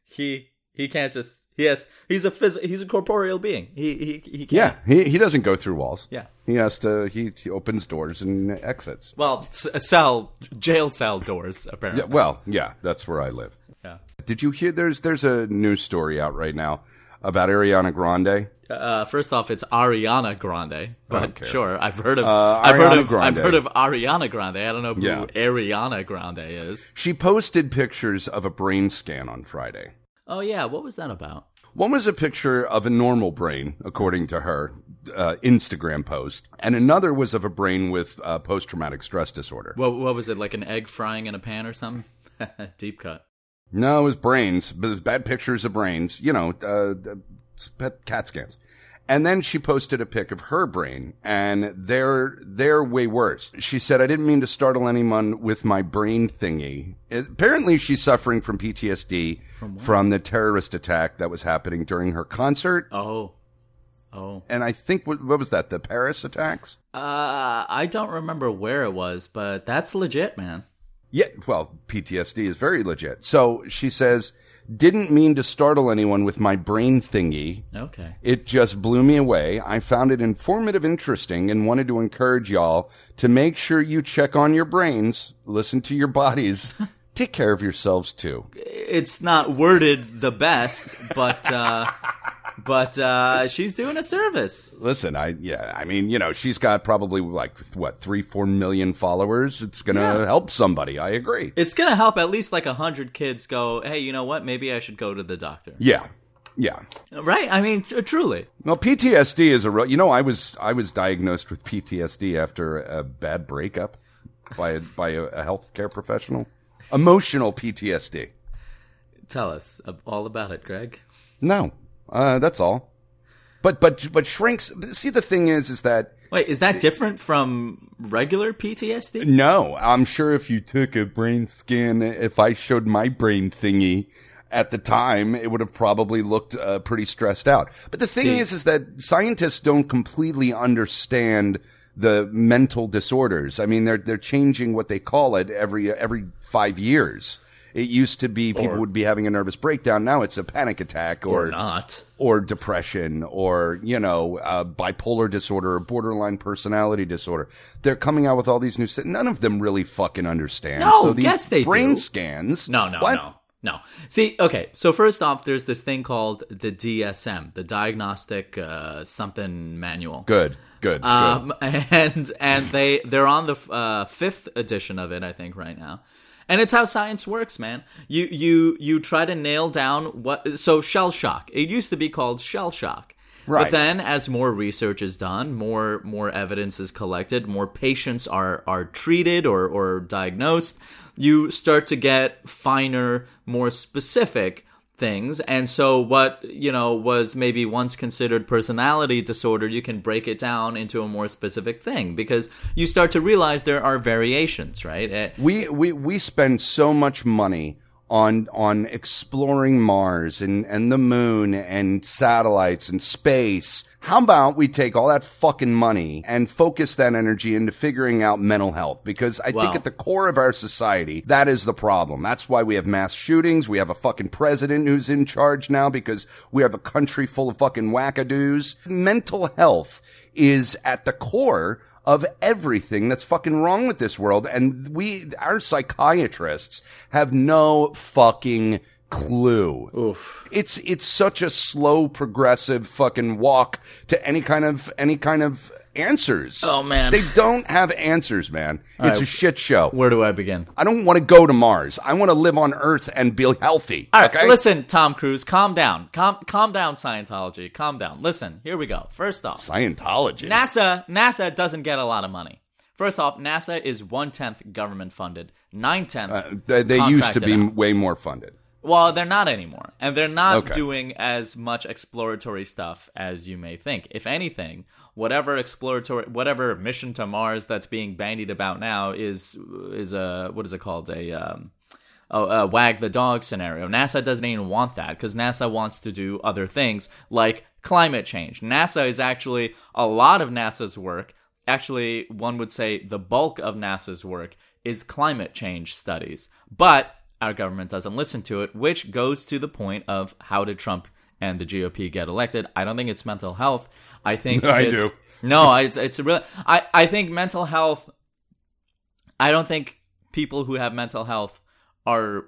he he can't just. He has. He's a phys- He's a corporeal being. He he he can't. Yeah, he, he doesn't go through walls. Yeah. He has to, he, he opens doors and exits. Well, s- cell jail cell doors apparently. Yeah, well, yeah, that's where I live. Yeah. Did you hear? There's there's a news story out right now about Ariana Grande. Uh, first off, it's Ariana Grande, don't but care. Uh, sure, I've heard of I've heard of Ariana I've Grande. heard of Ariana Grande. I don't know who Yeah. Ariana Grande is. She posted pictures of a brain scan on Friday. Oh yeah, what was that about? One was a picture of a normal brain, according to her uh, Instagram post, and another was of a brain with uh, post traumatic stress disorder. What what was it like? An egg frying in a pan or something? Deep cut. No, it was brains, but it was bad pictures of brains, you know, uh, the sp- CAT scans. And then she posted a pic of her brain, and they're, they're way worse. She said, I didn't mean to startle anyone with my brain thingy. It- apparently, she's suffering from PTSD from, the terrorist attack that was happening during her concert. Oh, oh. And I think, what, what was that, the Paris attacks? Uh, I don't remember where it was, but that's legit, man. Yeah, well, PTSD is very legit. So she says, didn't mean to startle anyone with my brain thingy. Okay. It just blew me away. I found it informative, interesting, and wanted to encourage y'all to make sure you check on your brains, listen to your bodies, take care of yourselves too. It's not worded the best, but uh, but uh, she's doing a service. Listen, I yeah, I mean, you know, she's got probably like what three, four million followers. It's gonna help somebody. I agree. It's gonna help at least like a hundred kids go. Hey, you know what? Maybe I should go to the doctor. Yeah, yeah. Right? I mean, tr- truly. Well, PTSD is a real. You know, I was I was diagnosed with PTSD after a bad breakup by a, by a, a healthcare professional. Emotional PTSD. Tell us uh, all about it, Greg. No, uh, that's all. But but but shrinks. See, the thing is, is that Wait, is that different from regular PTSD? no, I'm sure if you took a brain scan, if I showed my brain thingy at the time, it would have probably looked uh, pretty stressed out. But the thing See- is, is that scientists don't completely understand the mental disorders. I mean, they're they're changing what they call it every every five years. It used to be people would be having a nervous breakdown. Now it's a panic attack or, Or not? or depression or you know uh, bipolar disorder or borderline personality disorder they're coming out with all these new si- none of them really fucking understand No, so these yes, they brain do. scans No, no, What? no, no. See, okay. So first off, there's this thing called the DSM, the Diagnostic uh, Something Manual. good good Um, and and they they're on the uh, fifth edition of it, I think, right now. And it's how science works, man. You you you try to nail down what. So shell shock. It used to be called shell shock. But Right. then, as more research is done, more more evidence is collected, more patients are are treated or or diagnosed. You start to get finer, more specific things and so what you know was maybe once considered personality disorder you can break it down into a more specific thing because you start to realize there are variations right Eh, good we we we spend so much money on on exploring mars and and the moon and satellites and space How about we take all that fucking money and focus that energy into figuring out mental health? Because I Wow. think at the core of our society, that is the problem. That's why we have mass shootings. We have a fucking president who's in charge now because we have a country full of fucking wackadoos. Mental health is at the core of everything that's fucking wrong with this world. And we, our psychiatrists have no fucking clue. Oof. It's, it's such a slow, progressive fucking walk to any kind of, any kind of answers. Oh, man. They don't have answers, man. All it's right. a shit show. Where do I begin? I don't want to go to Mars. I want to live on Earth and be healthy. All right, okay? listen, Tom Cruise, calm down. Calm, calm down, Scientology. Calm down. Listen, here we go. First off, Scientology. NASA NASA doesn't get a lot of money. First off, NASA is one tenth government funded, nine tenth. Uh, they they used to be contracted out. way more funded. Well, they're not anymore. And they're not Okay. doing as much exploratory stuff as you may think. If anything, whatever exploratory whatever mission to Mars that's being bandied about now is is a what is it called? A um a, a wag the dog scenario. NASA doesn't even want that cuz NASA wants to do other things like climate change. NASA is actually a lot of NASA's work actually one would say the bulk of NASA's work is climate change studies. But our government doesn't listen to it, which goes to the point of how did Trump and the GOP get elected? I don't think it's mental health. I think I it's, do. No, it's it's a real. I I think mental health. I don't think people who have mental health are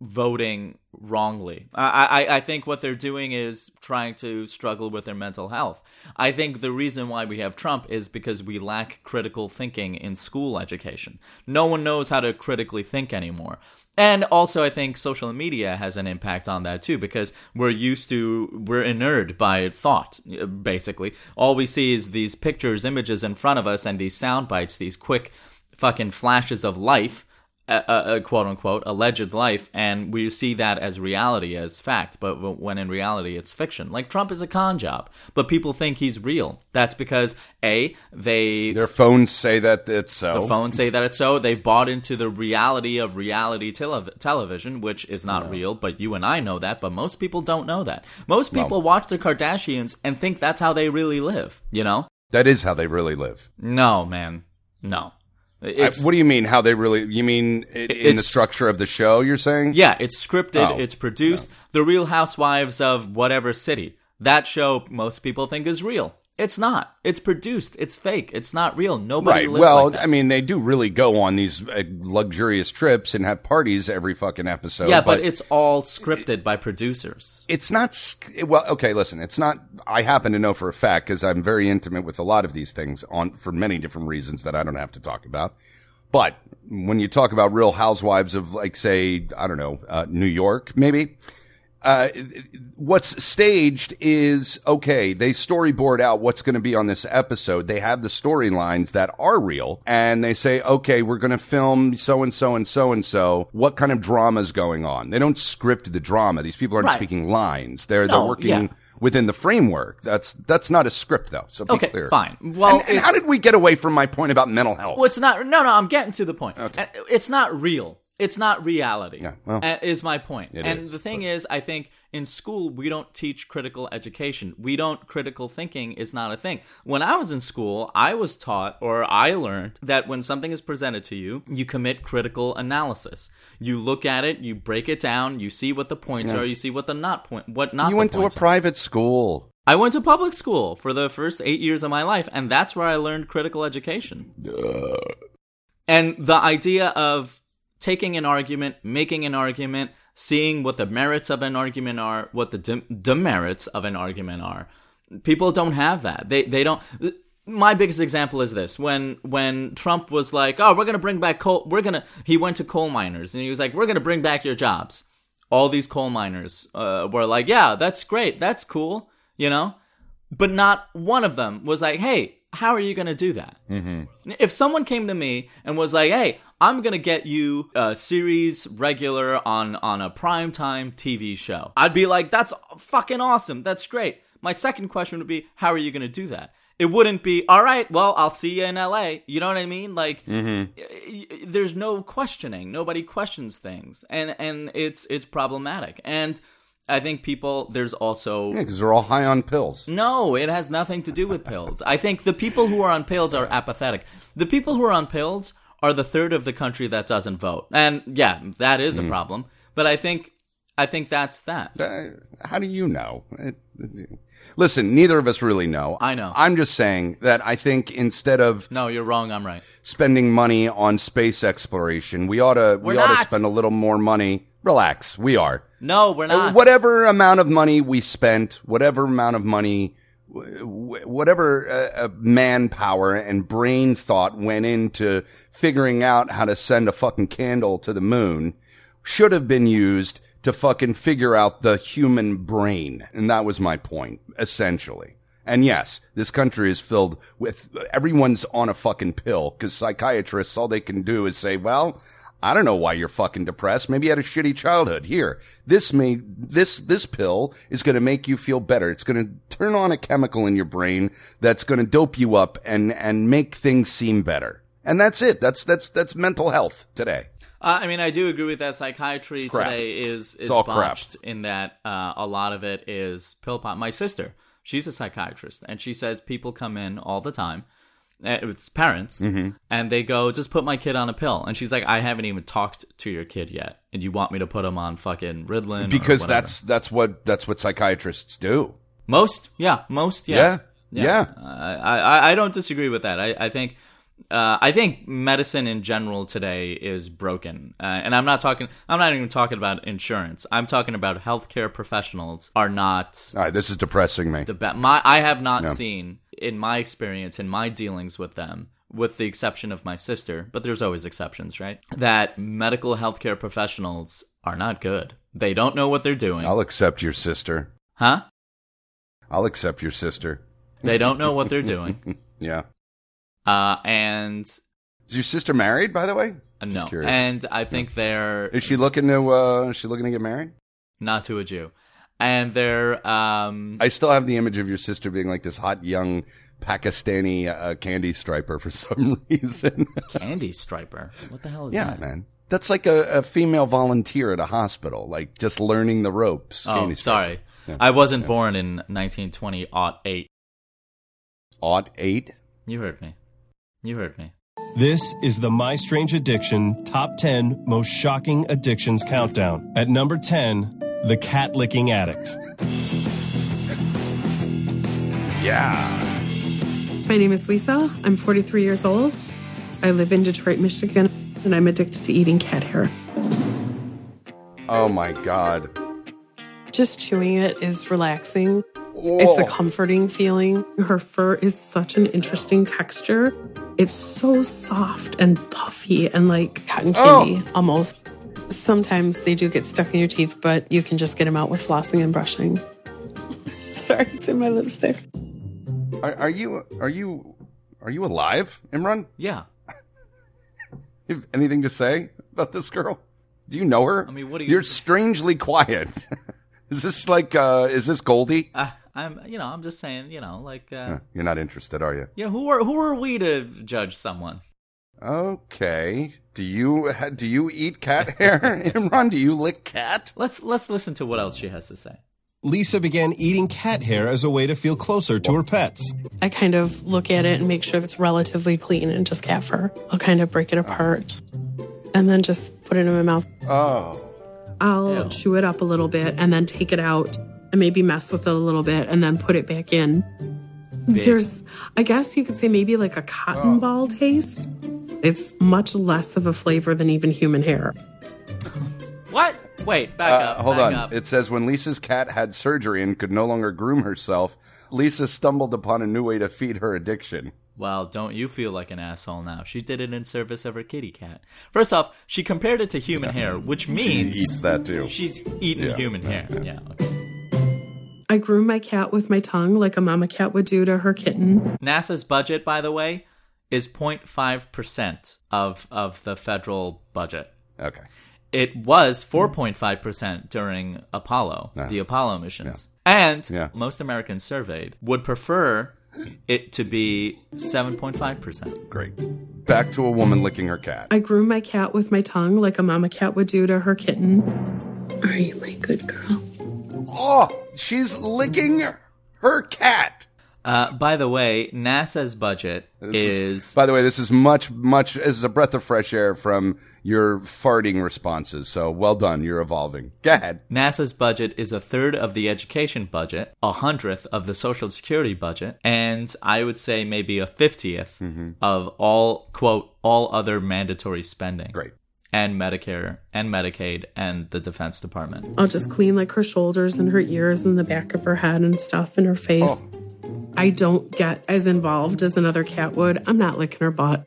voting wrongly. I, I, I think what they're doing is trying to struggle with their mental health. I think the reason why we have Trump is because we lack critical thinking in school education. No one knows how to critically think anymore. And also, I think social media has an impact on that too, because we're used to, we're inured by thought, basically. All we see is these pictures, images in front of us, and these sound bites, these quick fucking flashes of life a, a, a quote unquote alleged life, and we see that as reality, as fact, but w- when in reality it's fiction. Like Trump is a con job, but people think he's real. That's because a they Their phones say that it's so. the phones say that it's so. They bought into the reality of reality tele- television, which is not real, but you and I know that, but most people don't know that. Most No. people watch the Kardashians and think that's how they really live, you know? That is how they really live. No, man. No. I, what do you mean? How they really? You mean i- in the it's- structure of the show? You're saying? Yeah, it's scripted, Oh, it's produced. The Real Housewives of whatever city. That show most people think is real. It's not. It's produced. It's fake. It's not real. Nobody Right. lives Well, like that. I mean, they do really go on these uh, luxurious trips and have parties every fucking episode. yeah, but, it's all scripted by producers. it's not sc- well okay listen it's not i happen to know for a fact because i'm very intimate with a lot of these things on for many different reasons that i don't have to talk about but when you talk about real housewives of like say i don't know uh, new york maybe uh, what's staged is okay. They storyboard out what's going to be on this episode. They have the storylines that are real, and they say, okay, we're going to film so and so and so and so. What kind of drama is going on? They don't script the drama. These people aren't Right. speaking lines. They're No, they're working. yeah. Within the framework, that's that's not a script though. So be Okay, clear. fine. Well, And- and how it's- did we get away from my point about mental health? Well, it's not. No, no. I'm getting to the point. And It's not real. It's not reality. Yeah. well, is my point. it and is, the thing is, I think in school we don't teach critical education. We don't critical thinking is not a thing. When I was in school, I was taught or I learned that when something is presented to you, you commit critical analysis. You look at it, you break it down, you see what the points Yeah. are, you see what the not point, what not. you the went to a points are. private school. I went to public school for the first eight years of my life, and that's where I learned critical education. Uh, And the idea of taking an argument, making an argument, seeing what the merits of an argument are, what the dem- demerits of an argument are. People don't have that. They they don't. My biggest example is this: when when Trump was like, "Oh, we're gonna bring back coal. We're gonna," he went to coal miners and he was like, "We're gonna bring back your jobs." All these coal miners uh, were like, "Yeah, that's great. That's cool." You know, but not one of them was like, "Hey, how are you gonna do that?" Mm-hmm. If someone came to me and was like, "Hey, I'm gonna get you a series regular on on a primetime TV show," I'd be like, "That's fucking awesome. That's great." My second question would be, "How are you gonna do that?" It wouldn't be, "All right, well, I'll see you in LA." You know what I mean? Like, Mm-hmm. y- y- there's no questioning. Nobody questions things, and and it's it's problematic. And I think people there's also because they're all high on pills. No, it has nothing to do with pills. I think the people who are on pills are apathetic. The people who are on pills are the third of the country that doesn't vote. And yeah, that is a Mm. problem. But I think I think that's that. how do you know? Listen, neither of us really know. I know. I'm just saying that I think instead of No, you're wrong, I'm right. spending money on space exploration, we ought to we We're ought to not. spend a little more money. Relax, we are. No, we're Uh, not. Whatever amount of money we spent, whatever amount of money, wh- wh- whatever uh, uh, manpower and brain thought went into figuring out how to send a fucking candle to the moon should have been used to fucking figure out the human brain. And that was my point, essentially. And yes, this country is filled with everyone's on a fucking pill because psychiatrists, all they can do is say, well, I don't know why you're fucking depressed. Maybe you had a shitty childhood. Here, this may, this, this pill is going to make you feel better. It's going to turn on a chemical in your brain that's going to dope you up and, and make things seem better. And that's it. That's, that's, that's mental health today. Uh, I mean, I do agree with that. Psychiatry It's crap. today is is It's all crap. botched in that uh, a lot of it is pill pop. My sister, she's a psychiatrist, and she says people come in all the time. uh, It's parents, Mm-hmm. and they go, "Just put my kid on a pill," and she's like, "I haven't even talked to your kid yet, and you want me to put him on fucking Ritalin?" or because whatever." that's, that's what, that's what psychiatrists do. Most, yeah, most, Yeah. yeah, Uh, I, I I don't disagree with that. I I think. Uh, I think medicine in general today is broken, uh, and I'm not talking. I'm not even talking about insurance. I'm talking about healthcare professionals are not All right. This is depressing me. the best. My I have not Yeah. seen in my experience in my dealings with them, with the exception of my sister, but there's always exceptions, right? That medical healthcare professionals are not good. They don't know what they're doing, I'll accept your sister. huh? I'll accept your sister. They don't know what they're doing. yeah. Uh, and Is your sister married, by the way? Uh, Just no. curious. And I think they're Is she looking to? Uh, is she looking to get married? not to a Jew, and they're um. I still have the image of your sister being like this hot young Pakistani uh, candy striper for some reason. candy striper. What the hell is yeah, that? man. That's like a, a female volunteer at a hospital, like just learning the ropes. Oh, Candy sorry. striper. Yeah. I wasn't Yeah. born in 1920 aught eight. Aught eight. You heard me. You heard me. This is the My Strange Addiction Top 10 Most Shocking Addictions Countdown. At number 10, the cat licking addict. Yeah. My name is Lisa. I'm 43 years old. I live in Detroit, Michigan, and I'm addicted to eating cat hair. Oh my god. Just chewing it is relaxing. It's a Oh. comforting feeling. Her fur is such an interesting texture. It's so soft and puffy and like cotton Oh. candy almost. Sometimes they do get stuck in your teeth, but you can just get them out with flossing and brushing. Sorry, it's in my lipstick. Are, are you? Are you? Are you alive, Imran? Yeah. you have anything to say about this girl? Do you know her? I mean, what do you- You're strangely quiet. is this like? uh Is this Goldie? Uh, I'm, you know, I'm just saying, you know, like, uh, Huh, You're not interested, are you? you know, who are who are we to judge someone? Okay. Do you do you eat cat hair, Imran? Do you lick cat? Let's let's listen to what else she has to say. Lisa began eating cat hair as a way to feel closer to her pets. I kind of look at it and make sure it's relatively clean and just cat fur. I'll kind of break it apart and then just put it in my mouth. Oh. I'll chew it up a little bit and then take it out and maybe mess with it a little bit and then put it back in. Big. There's, I guess you could say maybe like a cotton ball taste. It's much less of a flavor than even human hair. What? Wait, back Uh, up. hold back on. Up. It says when Lisa's cat had surgery and could no longer groom herself, Lisa stumbled upon a new way to feed her addiction. Well, don't you feel like an asshole now? She did it in service of her kitty cat. First off, she compared it to human hair, which She means eats that too. She's eating Yeah, human yeah, hair. Yeah. okay. I groom my cat with my tongue like a mama cat would do to her kitten. NASA's budget, by the way, is 0.5 percent of of the federal budget. Okay. It was 4.5 percent during Apollo, the Apollo missions, and most Americans surveyed would prefer it to be 7.5 percent. Great. Back to a woman licking her cat. I groom my cat with my tongue like a mama cat would do to her kitten. Are you my good girl? Oh, she's licking her cat. Uh, by the way, NASA's budget is, By the way, this is much, much, this is a breath of fresh air from your farting responses. So well done. You're evolving. Go ahead. NASA's budget is a third of the education budget, a hundredth of the social security budget, and I would say maybe a 50th Mm-hmm. of all, quote, all other mandatory spending. Great. And Medicare and Medicaid and the Defense Department. I'll just clean like her shoulders and her ears and the back of her head and stuff and her face. I don't get as involved as another cat would. I'm not licking her butt.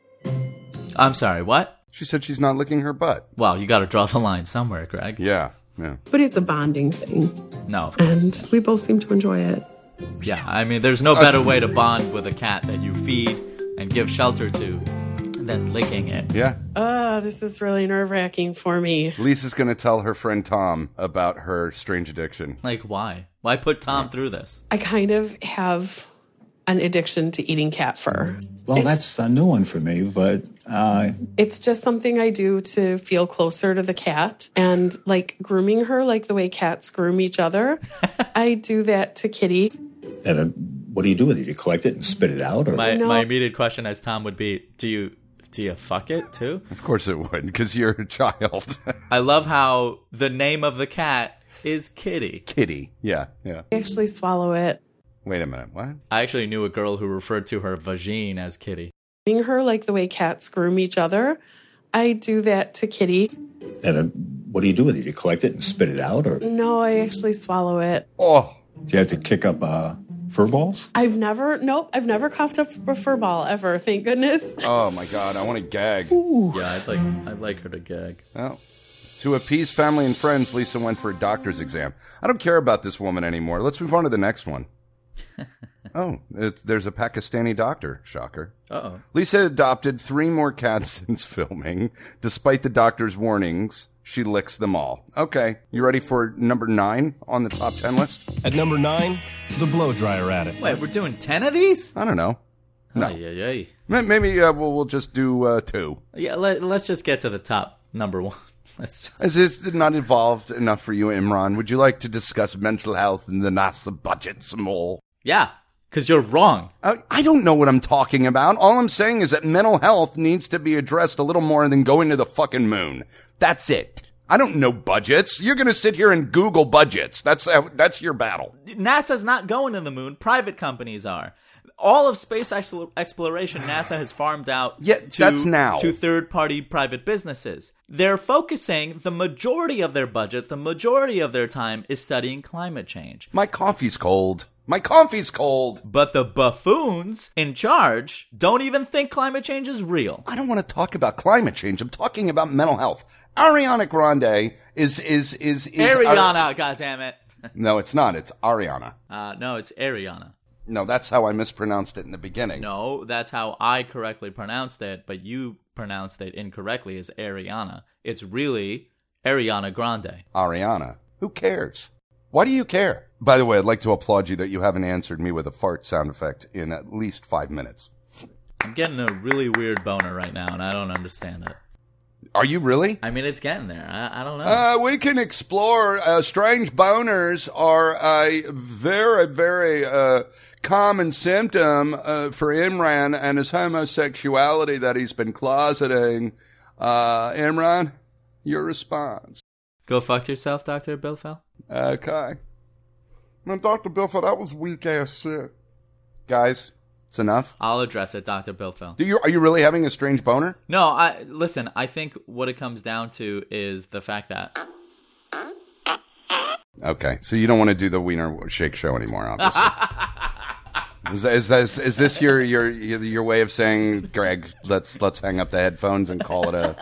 I'm sorry, what? She said she's not licking her butt. Wow, you got to draw the line somewhere, Greg. Yeah, yeah. But it's a bonding thing. No, And we both seem to enjoy it. yeah. I mean, there's Uh, no better way to bond with a cat that you feed and give shelter to than licking it. Yeah. Oh, this is really nerve wracking for me. Lisa's going to tell her friend Tom about her strange addiction. Like, why? Why put Tom through this? I kind of have an addiction to eating cat fur. Well, It's- that's a new one for me, but uh, It's just something I do to feel closer to the cat and like grooming her like the way cats groom each other. I do that to Kitty. and, uh, what do you do with it? You collect it and spit it out, or My my immediate question as Tom would be, do you do you fuck it too? Of course it would, because you're a child. I love how the name of the cat is Kitty. Kitty. Yeah, yeah. I actually swallow it. Wait a minute. What? I actually knew a girl who referred to her vagine as Kitty. Grooming her like the way cats groom each other. I do that to Kitty. and uh, what do you do with it? You collect it and spit it out, or do No, I actually swallow it. Oh. you have to kick up uh, fur balls? I've never, nope, I've never coughed up a fur ball ever. Thank goodness. Oh my God, I want to gag. Yeah, I'd like I'd like her to gag. Oh. To appease family and friends, Lisa went for a doctor's exam. I don't care about this woman anymore. Let's move on to the next one. oh, it's, there's a Pakistani doctor. Shocker. Uh-oh. Lisa adopted three more cats since filming. Despite the doctor's warnings, she licks them all. Okay, you ready for number nine on the top ten list? At number nine, the blow dryer addict. Wait, we're doing ten of these? I don't know. No. Ay, ay, ay. Ma- Maybe uh, we'll, we'll just do uh, two. Yeah, let, let's just get to the top number one. Let's just, Is this not involved enough for you, Imran? Would you like to discuss mental health and the NASA budget some more? yeah, because you're wrong. I Uh, I don't know what I'm talking about. All I'm saying is that mental health needs to be addressed a little more than going to the fucking moon. That's it. I don't know budgets. You're going to sit here and Google budgets. That's uh, that's your battle. NASA's not going to the moon. Private companies are. All of space ex- exploration, NASA has farmed out Yeah, to, that's now. to third-party private businesses. They're focusing the majority of their budget, the majority of their time is studying climate change. My coffee's cold. My coffee's cold. But the buffoons in charge don't even think climate change is real. I don't want to talk about climate change. I'm talking about mental health. Ariana Grande is is is, is Ariana, goddammit. no, it's not. It's Ariana. Uh, no, it's Ariana. No, that's how I mispronounced it in the beginning. No, that's how I correctly pronounced it, but you pronounced it incorrectly as Ariana. It's really Ariana Grande. Ariana. Who cares? Why do you care? By the way, I'd like to applaud you that you haven't answered me with a fart sound effect in at least five minutes. I'm getting a really weird boner right now, and I don't understand it. Are you really? I mean, it's getting there. I, I don't know. Uh, we can explore. Uh, strange boners are a very, very uh, common symptom uh, for Imran and his homosexuality that he's been closeting. Uh, Imran, your response. Go fuck yourself, Dr. Bilfell. Okay. Man, Dr. Bilford, that was weak ass shit. Guys, it's enough. I'll address it, Dr. Bilfell. Do you, are you really having a strange boner? No, I listen, I think what it comes down to is the fact that Okay, so you don't want to do the Wiener Shake Show anymore, obviously. is, is this is this your your your way of saying, Greg? Let's let's hang up the headphones and call it a,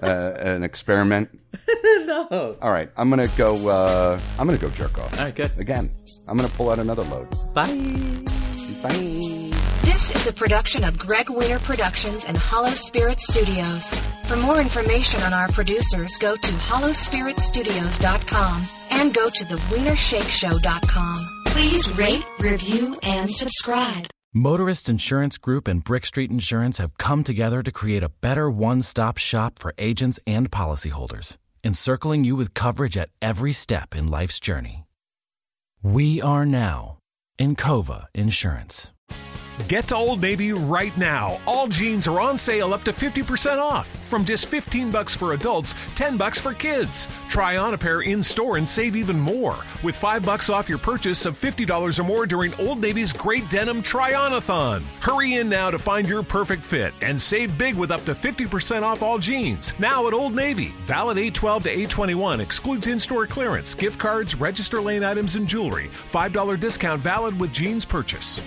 a an experiment. No. All right, I'm gonna go. Uh, I'm gonna go jerk off. All right, good. Again, I'm gonna pull out another load. Bye. Bye. This is a production of Greg Winter Productions and Hollow Spirit Studios. For more information on our producers, go to hollowspiritstudios.com and go to thewienershakeshow.com. Please rate, review, and subscribe. Motorist Insurance Group and Brick Street Insurance have come together to create a better one stop shop for agents and policyholders, encircling you with coverage at every step in life's journey. We are now Encova Insurance. Get to Old Navy right now. All jeans are on sale up to 50% off. From just 15 bucks for adults, 10 bucks for kids. Try on a pair in-store and save even more with 5 bucks off your purchase of $50 or more during Old Navy's Great Denim Try-On-a-thon. Hurry in now to find your perfect fit and save big with up to 50% off all jeans. Now at Old Navy. Valid 812 to 821 excludes in-store clearance, gift cards, register lane items and jewelry. $5 discount valid with jeans purchase.